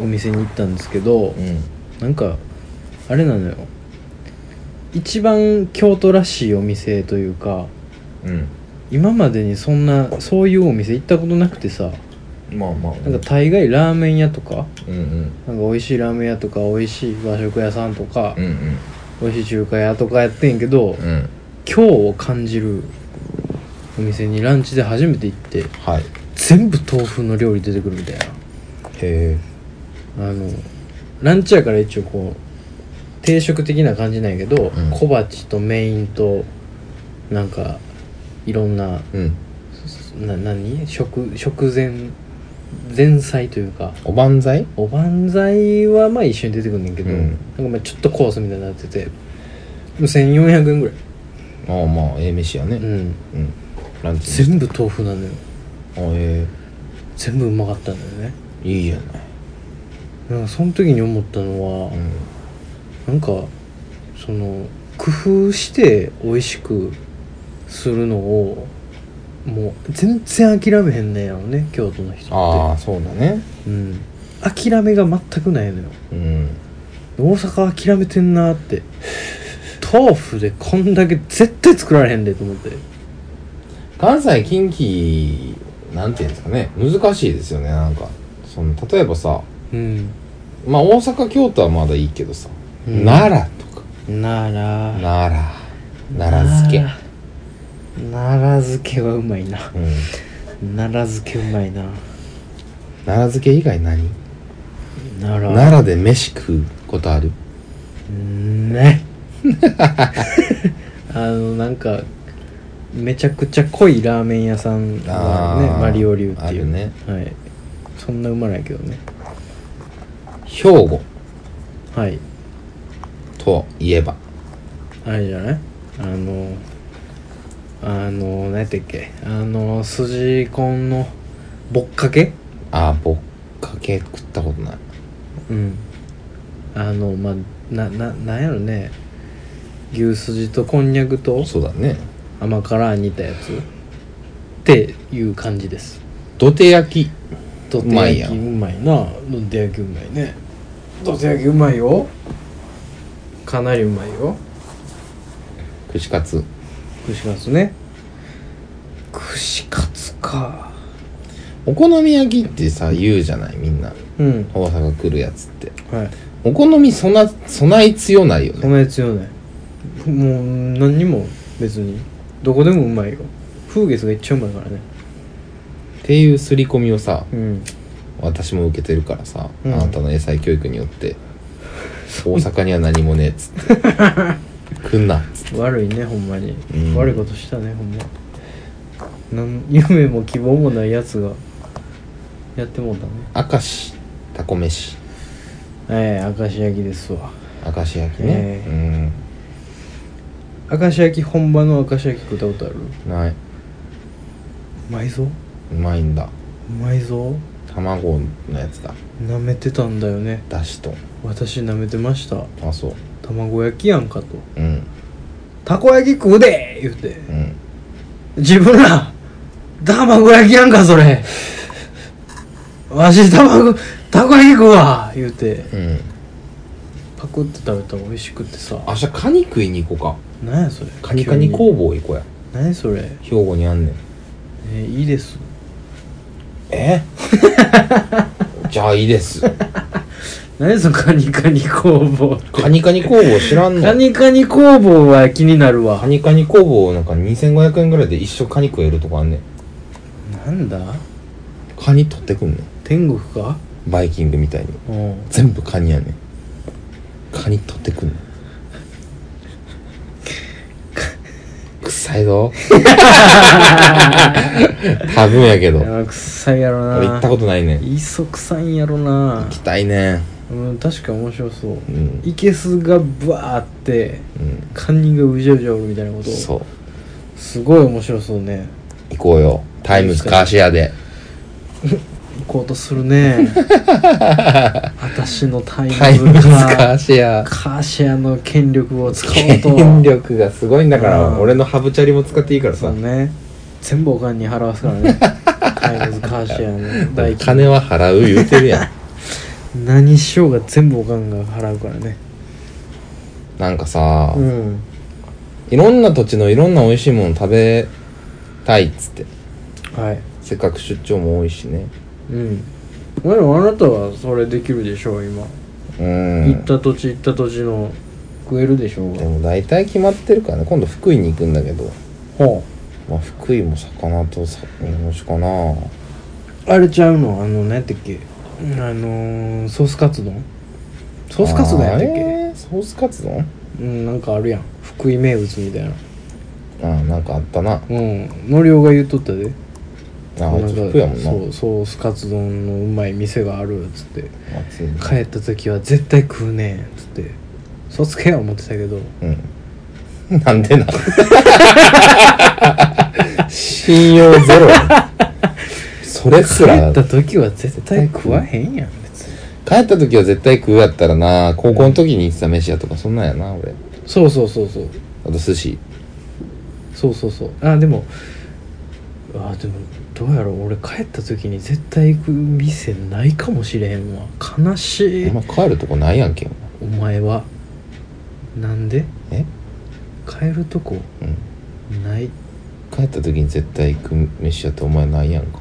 B: お店に行ったんですけど
D: うん
B: なんかあれなのよ一番京都らしいお店というか
D: うん
B: 今までにそんなそういうお店行ったことなくてさ
D: まあまあ
B: なんか大概ラーメン屋とか
D: うんうん
B: なんか美味しいラーメン屋とか美味しい和食屋さんとか
D: うんうん
B: 美味しい中華屋とかやってんけど
D: うん
B: 今日を感じるお店にランチで初めて行って
D: はいへ
B: 全部豆腐の料理出てくるみたい
D: え
B: なあのランチやから一応こう定食的な感じなんやけど、
D: うん
B: 小鉢とメインとなんかいろんな
D: うん
B: な何食食前前菜というか
D: おばんざい
B: おばんざいはまあ一緒に出てくるんだけど、
D: うん
B: なんかまあちょっとコースみたいになってて1400円ぐらい、
D: ああまあええ飯やね
B: うん、
D: うんランチ
B: 全部豆腐なのよ
D: あえ
B: 全部うまかったんだよね
D: えいいやない
B: なんかその時に思ったのは、
D: うん
B: なんかその工夫して美味しくするのをもう全然諦めへんねやろね京都の人
D: あ
B: っ
D: あそうだね
B: て、うん、諦めが全くないのよ
D: うん
B: 大阪諦めてんなーって豆腐でこんだけ絶対作られへんでと思って
D: 関西近畿なんていうんですかね難しいですよねなんかその例えばさ
B: うん
D: まあ大阪京都はまだいいけどさ、
B: うん
D: 奈良とか
B: なら
D: 奈良奈良漬け
B: 奈良漬けはうまいな
D: うん
B: 奈良漬けうまいな
D: 奈良漬け以外何
B: 奈良
D: 奈良で飯食うことある
B: ね あのなんかめちゃくちゃ濃いラーメン屋さんがあるね
D: あー
B: マリオ流って
D: あ
B: いう
D: るね
B: はい、そんなうまないけどね
D: 兵庫
B: はい
D: といえば
B: あれじゃないあのあの何やったっけあの筋コンのぼっかけ
D: ああぼっかけ食ったことない
B: うんあのまあなななんやろね牛すじとこんにゃくと
D: そうだね
B: 甘辛煮たやつっていう感じです
D: 土手焼き
B: どて
D: うまいや
B: 焼
D: ん
B: きうまいなどて焼きうまいねどて焼きうまいよかなりうまいよ
D: 串カツ
B: 串カツね串カツか
D: お好み焼きってさ言うじゃないみんな
B: うん
D: 大阪来るやつって
B: はい
D: お好みそな備え強ないよ
B: こ
D: ね
B: のやつよねもう何にも別にどこでもうまいよ風月が一番うまいからね
D: っていう刷り込みをさ
B: うん
D: 私も受けてるからさ、
B: うん
D: あなたの英才教育によって大阪には何もねえっ つって来んなっつって
B: 悪いねほんまに、
D: うん
B: 悪いことしたねほんまなん夢も希望もないやつがやってもうたね
D: 明石タコ飯
B: ええ明石焼きですわ
D: 明石焼きね、
B: 明石焼き本場の明石焼き食ったことあるう
D: うんないう
B: まいぞ
D: まいんだ
B: うまいぞ
D: 卵のやつだ
B: 舐めてたんだよね
D: だしと
B: 私舐めてました
D: あそう
B: 卵焼きやんかと
D: うん
B: たこ焼き食うで言うて
D: うん
B: 自分ら卵焼きやんかそれわし卵たこ焼き食うわ言うて
D: うん
B: パクって食べたら美味しくってさ
D: 明日カニ食いに行こう
B: 何やそれ
D: かカニカニ工房行こうや
B: 何それ
D: 兵庫にあんねん
B: えいいです
D: え じゃあいいです
B: 何そのカニカニ工房
D: カニカニ工房知らんの
B: カニカニ工房は気になるわ
D: カニカニ工房なんか2500円ぐらいで一生カニ食えるとこあんねん
B: なんだ
D: カニ取ってくんねん
B: 天国か
D: バイキングみたいに
B: うん
D: 全部カニやねんカニ取ってくんねん臭いぞ 多分やけど
B: あ臭いやろな
D: 俺行ったことないねん行
B: いっそ臭いんやろな
D: きたいね
B: うん確か面白そう
D: うんうん
B: いけすがバーあって
D: うん
B: カンニングがうじゃうじゃおるみたいなこと
D: そう
B: すごい面白そうね
D: 行こうよタイムズカーシェアで
B: 行こうとする ね私のタイ
D: タイム
B: ム
D: ズ
B: ズ
D: カ
B: カ
D: ーシェア
B: カーシェアの権力を使おうと
D: 権力がすごいんだから、
B: うん
D: 俺のハブチャリも使っていいから
B: そ
D: さ、
B: うね全部お金に払わすからねタイムズカーシェアの代金
D: 金は払う言うて るや
B: 何しようが全部おかんが払うからね
D: んなんかさ、
B: うん
D: いろんな土地のいろんな美味しいもの食べたいっつって
B: はい
D: せっかく出張も多いしね
B: うんでもあなたはそれできるでしょう今、
D: う
B: 行っ
D: ん
B: た土地行った土地の食えるでしょう
D: でも大体決まってるからね今度福井に行くんだけど、
B: ほ
D: まあ、福井も魚とさ日本酒かな
B: うあれちゃうのあの何やったっけあのー、ソースカツ丼ソースカツ丼やったっけ
D: あれソースカツ丼
B: うんなんかあるやん福井名物みたいな
D: ああなんかあったなあ
B: うんのりおが言っとったで
D: あ
B: な
D: いつ
B: んか
D: 福やもんな
B: そうソースカツ丼のうまい店があるっつって
D: 暑いね
B: 帰った時は絶対食うねんっつってそつけや思ってたけど
D: うんなんでな信用ゼロやそれす
B: 帰
D: ら
B: った時は絶対食わへんやん別に
D: 帰った時は絶対食うやったらな高校の時に行ってた飯屋とかそんなんやな俺
B: そうそうそうそう
D: あと寿司
B: そうそうそうあでもあでもどうやろう俺帰った時に絶対行く店ないかもしれへんわ悲しい
D: あんま帰るとこないやんけ
B: お前はなんで
D: え
B: 帰るとこ
D: うん
B: ない
D: 帰った時に絶対行く飯屋ってお前ないやんか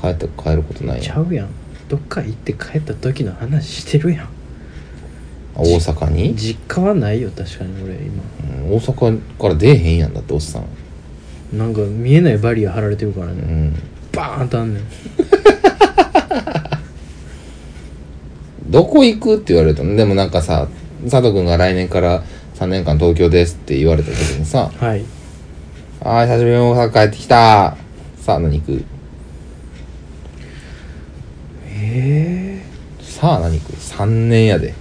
D: 帰った帰ることない
B: ち
D: やん
B: ゃ
D: あ
B: うやんどっか行って帰った時の話してるやん
D: 大阪に、
B: 実家はないよ確かに俺今
D: うん大阪から出えへんやんだっておっさん
B: なんか見えないバリア張られてるから
D: う
B: ね
D: ん
B: バーンとあんねん
D: どこ行くって言われたのでもなんかさ佐藤君が来年から3年間東京ですって言われた時にさ
B: はい
D: 「あー久しぶりに大阪帰ってきたさあ何行く
B: え
D: さあ何行く3年やで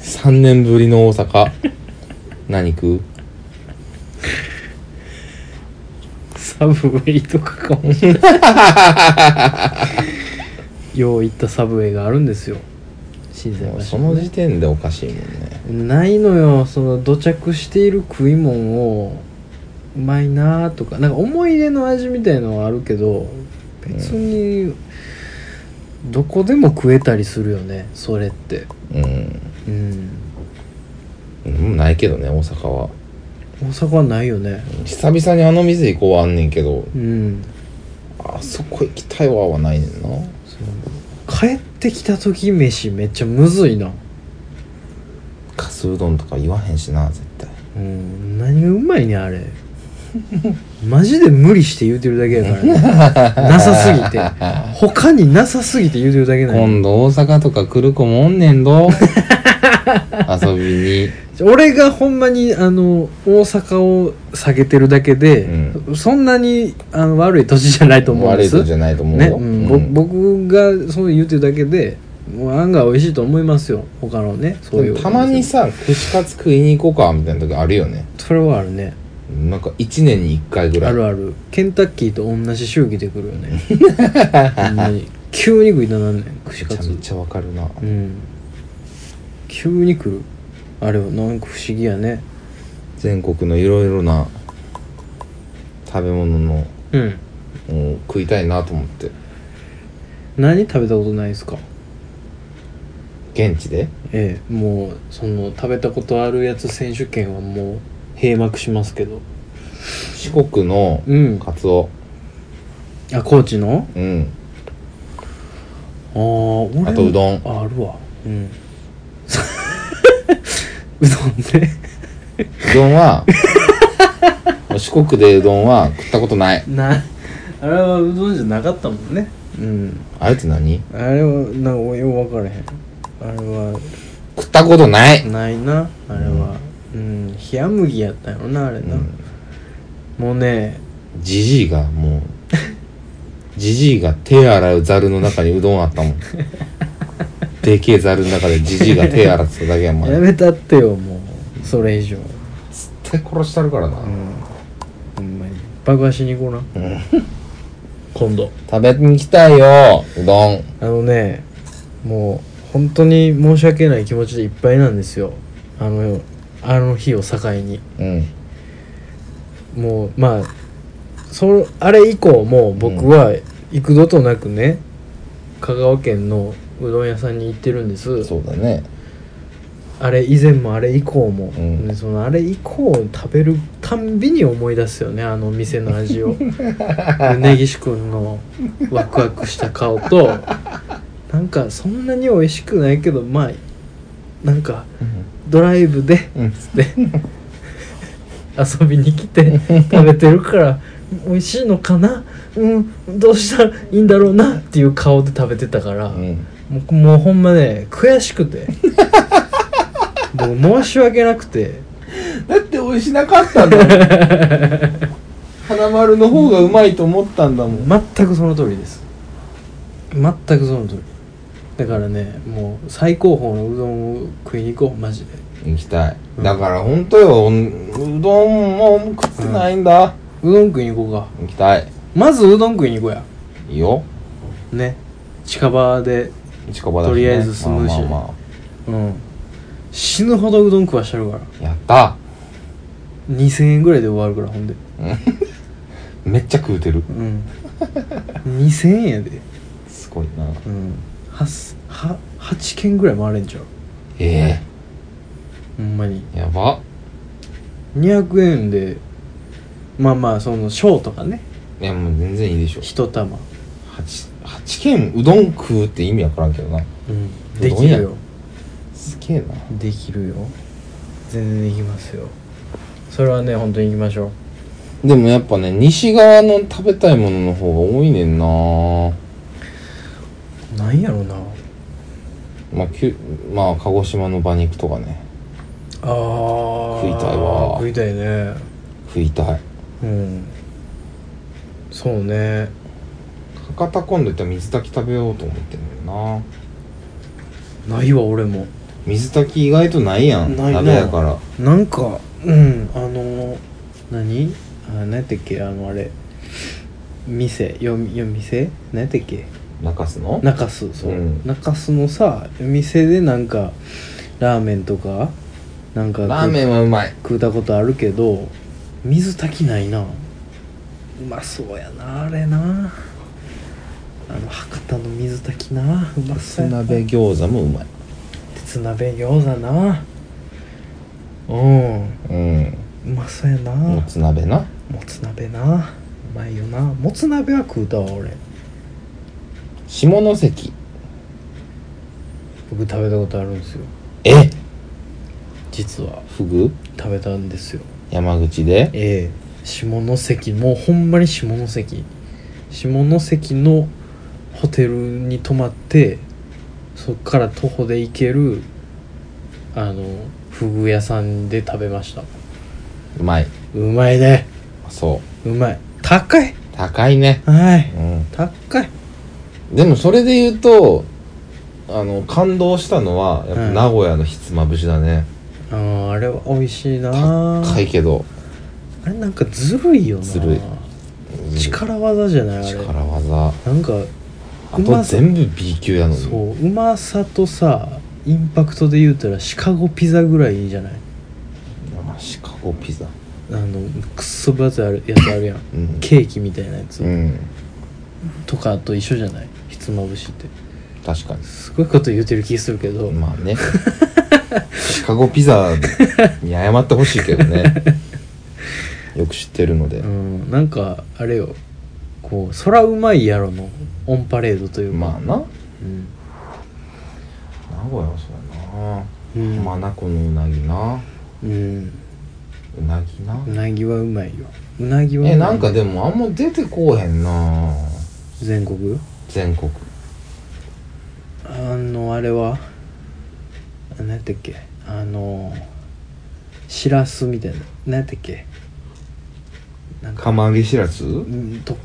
D: 3年ぶりの大阪何行く
B: ー、サブウェイとかかもしれないよう行ったサブウェイがあるんですよ新鮮
D: もうその時点でおかしいもんね
B: ないのよその土着している食い物をうまいなーとかなんか思い出の味みたいのはあるけど別にどこでも食えたりするよねそれって
D: うん
B: うん
D: うんないけどね大阪は
B: 大阪はないよね
D: 久々にあの店行こうはあんねんけど
B: うん
D: あそこ行きたいわはないねんな
B: 帰ってきた時飯めっちゃむずいな
D: かすうどんとか言わへんしな絶対
B: うん何がうまいねんあれ マジで無理して言うてるだけや からねなさすぎて他になさすぎて言うてるだけなの
D: 今度大阪とか来る子もおんね んど遊び
B: 俺がほんまにあの大阪を下げてるだけで、そんなにあの悪い土地じゃないと
D: に
B: 思うん
D: 悪
B: で
D: い
B: す
D: ことじゃないと思う
B: ね
D: よ、
B: うん
D: うん
B: ぼ僕がそう言うてるだけでもう案外美味しいと思いますよ他のねそういう
D: たまにさ串カツ食いに行こうかみたいな時あるよね
B: それはあるね
D: なんか1年に1回ぐらい
B: あるあるケンタッキーと同じ周期で来るよねほんまに急に食いたなんねん串カ
D: めちゃめ
B: ツ
D: ちゃわかるな、
B: うん急に来るあれはなんか不思議やね
D: 全国のいろいろな食べ物の
B: うん
D: を食いたいなと思って
B: 何食べたことないですか
D: 現地で
B: ええもうその食べたことあるやつ選手権はもう閉幕しますけど
D: 四国の
B: うん
D: カツオ
B: あ高知の
D: う
B: あ
D: ん
B: あ俺も
D: あとうどん
B: ああるわうん うどんね
D: うど んは四国でうどんは食ったことない
B: なあれはうどんじゃなかったもんねうん
D: あれって何
B: あれはなんかよう分からへんあれは
D: 食ったことない、
B: ないなあれはうん冷麦やったよなあれ
D: う
B: な、
D: ん、
B: もうね
D: じじいがもうじじいが手洗うざるの中にうどんあったも んでけえざるの中でじじいが手洗ってただけやもん
B: やめたってよもうそれ以上
D: 絶対殺したるから
B: う
D: な、
B: んほんまに爆破しに行こうな、
D: うん
B: 今度
D: 食べに来たいようどん
B: あのねもう本当に申し訳ない気持ちでいっぱいなんですよあのあの日を境に
D: うん
B: もうまあそあれ以降もう僕は幾度となくね、香川県のうどん屋さんに行ってるんです
D: そうだね
B: あれ以前もあれ以降も、
D: ん
B: ねそのあれ以降食べるたんびに思い出すよねあの店の味 を根岸君のワクワクした顔となんかそんなに美味しくないけどまあなんかドライブで
D: うん
B: つって遊びに来て食べてるから美味しいのかなうんどうしたらいいんだろうなっていう顔で食べてたから、
D: うん
B: もうもうほんまね悔しくて もう申し訳なくて
D: だって美味しなかったんだもん 花丸の方がうまいと思ったんだもん
B: 全くその通りです全くその通りだからねもう最高峰のうどんを食いに行こうマジで
D: 行きたい
B: うん
D: だから本当ようんうどんも食ってないんだ、
B: うどん食いに行こうか
D: 行きたい
B: まずうどん食いに行こうや
D: いいよ
B: ね近場で
D: 近場だし、ね、
B: とりあえずスムージー
D: まあまあま
B: うん死ぬほどうどん食わしてるから
D: あやった
B: 2000円ぐらいで終わるからほんで
D: めっちゃ食うてる
B: うん2000円やです
D: ごいな
B: うんはすは8軒ぐらい回れんちゃう
D: え
B: ほんまに
D: えやば
B: 200円でまあまあそのショーとかね
D: いやもう全然いいでしょ
B: 一玉、
D: 八八軒うどん食うって意味わからんけどな
B: うん、
D: で
B: で
D: き
B: き
D: る
B: る
D: よ
B: よ
D: すげえな
B: できるよ全然できますよそれはね本当に行きましょ
D: でもやっぱね西側の食べたいものの方が多いねんな
B: うなんやろな
D: まあ、きゅまあ鹿児島の馬肉とかね
B: あー
D: 食いたいわ
B: 食いたいね
D: 食いたい
B: うんそうね
D: 博多今度行ったら水炊き食べようと思ってんだよな
B: ないわ俺も
D: 水炊き意外とないやん
B: ないな
D: 鍋やから
B: なんかうんあの何あ何やったっけあのあれ店よよ店何やったっけ
D: 中洲の
B: 中洲そう、
D: うん
B: 中洲のさ店でなんかラーメンとかなんか
D: ラーメンはうまい
B: 食うたことあるけど水炊きないなうまそうやなあれなあの博多の水炊きなうまそう
D: 鉄
B: やな
D: 鍋餃子もうまい
B: 鉄鍋餃子なうん
D: うん
B: うまそうやな
D: もつ鍋な
B: もつ鍋なうまいよなもつ鍋は食うたわ俺
D: 下関
B: 僕食べたことあるんですよ
D: え
B: 実は
D: フグ
B: 食べたんですよ
D: 山口で
B: ええ下関もうほんまに下関下関のホテルに泊まってそっから徒歩で行けるあのフグ屋さんで食べました
D: うまいう
B: まいね
D: そう
B: まい高い
D: 高いね
B: はい
D: うん
B: 高い
D: でもそれで言うとあの感動したのはやっぱ
B: うん
D: 名古屋のひつまぶしだね、
B: あーあれは美味しいな
D: 高いけど
B: あれなんかずるいよな
D: ずるい
B: 力技じゃないあれ
D: 力技
B: なんか
D: あと全部 B 級やのに
B: そううまさとさインパクトで言うたらシカゴピザぐらいいいじゃない
D: あシカゴピザ
B: あのくっそ分厚いあるやつあるやん、
D: うん
B: ケーキみたいなやつ、
D: うん
B: とかと一緒じゃないひつまぶしって
D: 確かに
B: すごいこと言うてる気するけど、
D: ま あねシカゴピザに謝ってほしいけ どねよく知ってるので
B: う、んなんかあれよこう「そらうまいやろ」のオンパレードというか、
D: まあな
B: うん、
D: 名古屋はそうや
B: う
D: な、
B: ん
D: まなこのうなぎな
B: うん、
D: うなぎな、
B: うなぎはうまいようなぎはうまい
D: えなんかでもあんま出てこうへんな
B: 全国
D: 全国
B: あのあれは何やったっけあのしらすみたいな何やったっけなんか
D: 釜揚げしらす
B: うんと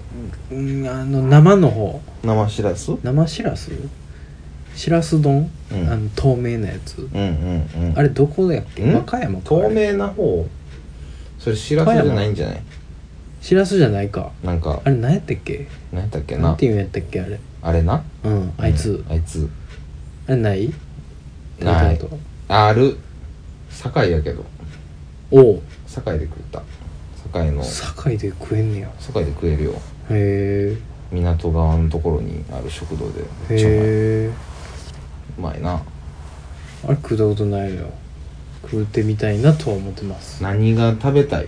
B: うんあの生の方
D: 生しらすうん
B: 生しらすしらす丼、
D: うん
B: あの透明なやつ
D: うんうん
B: あれどこだっけ
D: ん
B: 和歌山か
D: 透
B: あれ
D: 明な方それしらすじゃないんじゃない
B: しらすじゃないか
D: なんか
B: あれ何やったっけ
D: 何やったっけ
B: なん
D: な
B: ていうんやったっけあれ
D: あれな
B: うんあいつ、
D: うんあいつ
B: あれない
D: ない
B: 元々
D: ある堺やけど
B: おう
D: 堺で食った堺の
B: 堺で食えんねや
D: 堺で食えるよ
B: へ
D: 港側のところにある食堂で
B: え
D: めっちゃう
B: へえ
D: まいうまいな
B: あれ食ったことないよ食うてみたいなとは思ってます
D: 何が食べたい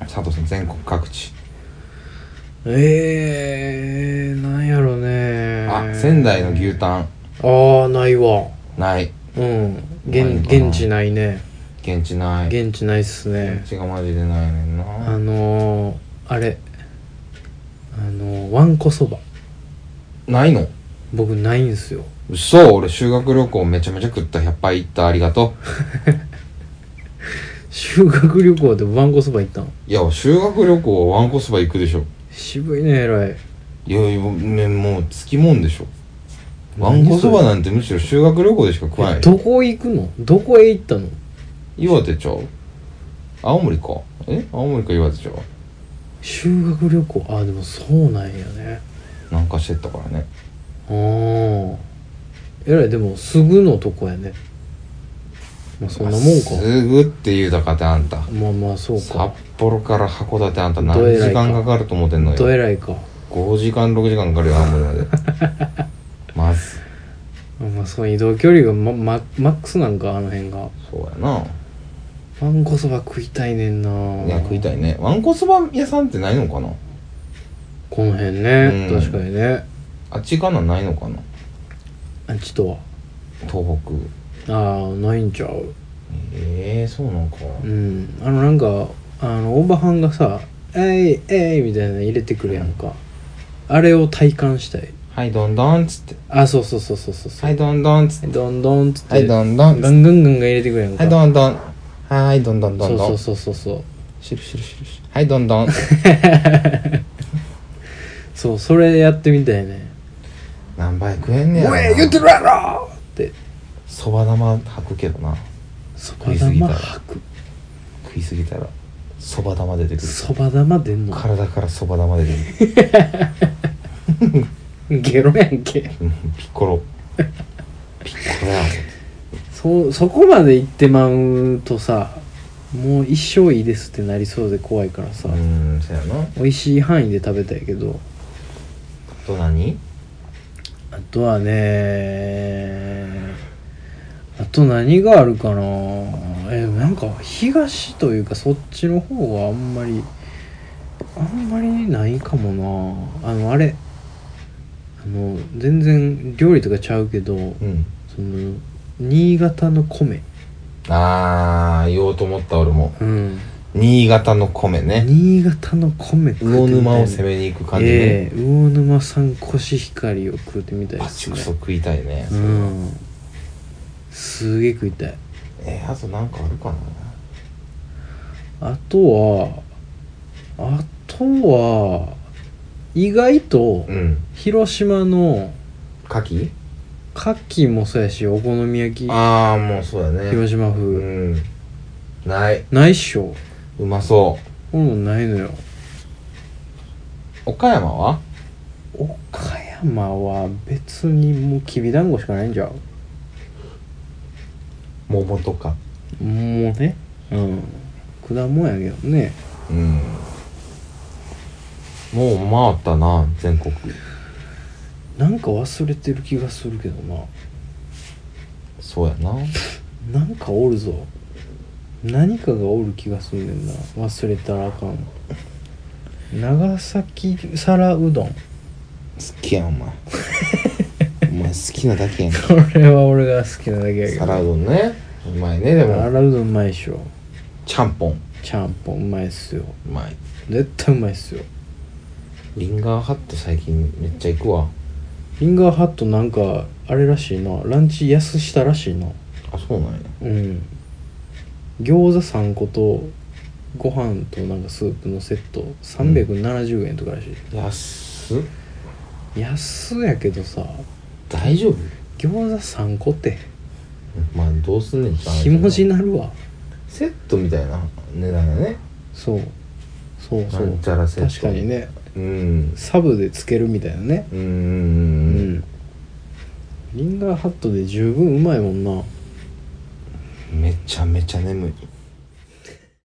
D: 佐藤さん全国各地
B: えー、なんやろね
D: あ仙台の牛タン
B: ああないわ
D: ない
B: うん
D: ないの
B: 現
D: かな
B: 現地ないね
D: 現地ない
B: 現地ないっすね
D: 現地がマジでないねんな
B: あのー、あれあのー、わんこそば
D: ないの
B: 僕ないんすよ
D: 嘘俺修学旅行めちゃめちゃ食った100杯行ったありがと
B: 修学旅行でわんこそば行ったの
D: ういや修学旅行はわんこそば行くでしょ
B: 渋いねえらい
D: いやいや、ね、もうつきもんでしょわんこそばなんてむしろ修学旅行でしか食わない
B: どこ行くのどこへ行ったの
D: 岩手ちゃう青森かえ青森か岩手ちゃう
B: 修学旅行ああでもそうなんやね
D: なんかしてったからね
B: ああえらいでもすぐのとこやねまあそんなもんか
D: すぐって言うたかってあんた
B: まあまあそう
D: 札
B: か
D: 幌から函館あんた何
B: どえらいか
D: 時間かかると思ってんの
B: ど
D: よ
B: えらいか
D: 5時間6時間かかるよ青森 までまず
B: まあその移動距離がままマックスなんかあの辺が
D: そうやな
B: わんこそば食いたいねんない
D: や食いた
B: い
D: いねわんこそば屋さんってないのかな
B: この辺ね、
D: うん
B: 確かにね
D: あっちかなないのかな
B: あっちとは
D: 東北
B: ああないんちゃう
D: ええー、そうなんか
B: うんあのなんかあのおばはんがさ「えいえい」みたいなの入れてくるやんか、あれを体感したい
D: はいどんどんっつって
B: あそうそうそうそうそうそう
D: はいどんどんっつって
B: どんどんっつって、
D: はいどんどんっつって
B: ガンガンガンガン入れてくるやんか
D: はいどんどんはいどんどんどんどん
B: そうそうそうそうそう
D: しるしるしるしはいど んどん
B: そうそれやってみたいね
D: 何杯食えん
B: 「お
D: ねやろない
B: 言ってるやろ!」って
D: そば玉吐くけどな
B: そば
D: 食いすぎた
B: 玉
D: ら
B: 吐く
D: 食いすぎたらそば玉出てくる
B: そば玉出んの
D: 体からそば玉出 てくる
B: ゲロやんけ
D: うんピッコロピッコロや
B: そそこまで行ってまうとさもう一生いいですってなりそうで怖いからさ、
D: うーんそやなあ
B: 美味しい範囲で食べたいけど
D: と何
B: あとはねあと何があるかなえなんか東というかそっちの方はあんまりあんまりないかもなあのあれあの全然料理とかちゃうけど、
D: うん
B: その新潟の米
D: あー言おうと思った俺も
B: うん
D: 新潟の米ね
B: 新潟の米食っ
D: 魚
B: てみた
D: 沼
B: い
D: を攻めに行く感じ
B: え
D: ね
B: え魚沼産コシヒカリを食うてみたい
D: あ
B: で
D: っち
B: す
D: こ
B: ね
D: そ食いたいね
B: うんすげえ食いたい
D: えーあとなんかあるかな
B: あとはあとは意外と
D: うん
B: 広島の
D: 牡蠣
B: 牡蠣もそうやしお好み焼き
D: ああもうそうだね
B: 広島
D: う
B: 風
D: んない
B: ないっしょ
D: うまそ
B: 俺もないのよ
D: う岡山は
B: 岡山山は別にもうきびだんごしかないんじゃう
D: 桃とか
B: もうねうん果物やけどね
D: うんもう回ったな全国
B: なんか忘れてる気がするけどな
D: そうやな
B: なんかおるぞ何かがおる気がするねんな忘れたらあかん長崎皿うどん
D: 好きやんお前 お前好きなだけやん
B: これは俺が好きなだけやけど
D: 皿うどんねうまいねでも
B: 皿うどんうまいっしょ
D: ちゃんぽん
B: ちゃんぽんうまいっすよ
D: うまい
B: 絶対うまいっすよ
D: リンガーハット最近めっちゃ行くわ
B: リンガーハットなんかあれらしいなランチ安したらしいな
D: あそうなんや
B: うん餃子3個とご飯となんかスープのセット370円とからしい、
D: 安っ
B: 安やけどさ
D: 大丈夫
B: 餃子3個って
D: まあどうすんねんって話
B: ひもじなるわ
D: セットみたいな値段やね
B: そうそうそ
D: な
B: うん
D: ちゃらセット
B: 確かにね
D: うん
B: サブでつけるみたいなね
D: う
B: うんんリンガーハットで十分うまいもんな
D: めちゃめちゃ眠い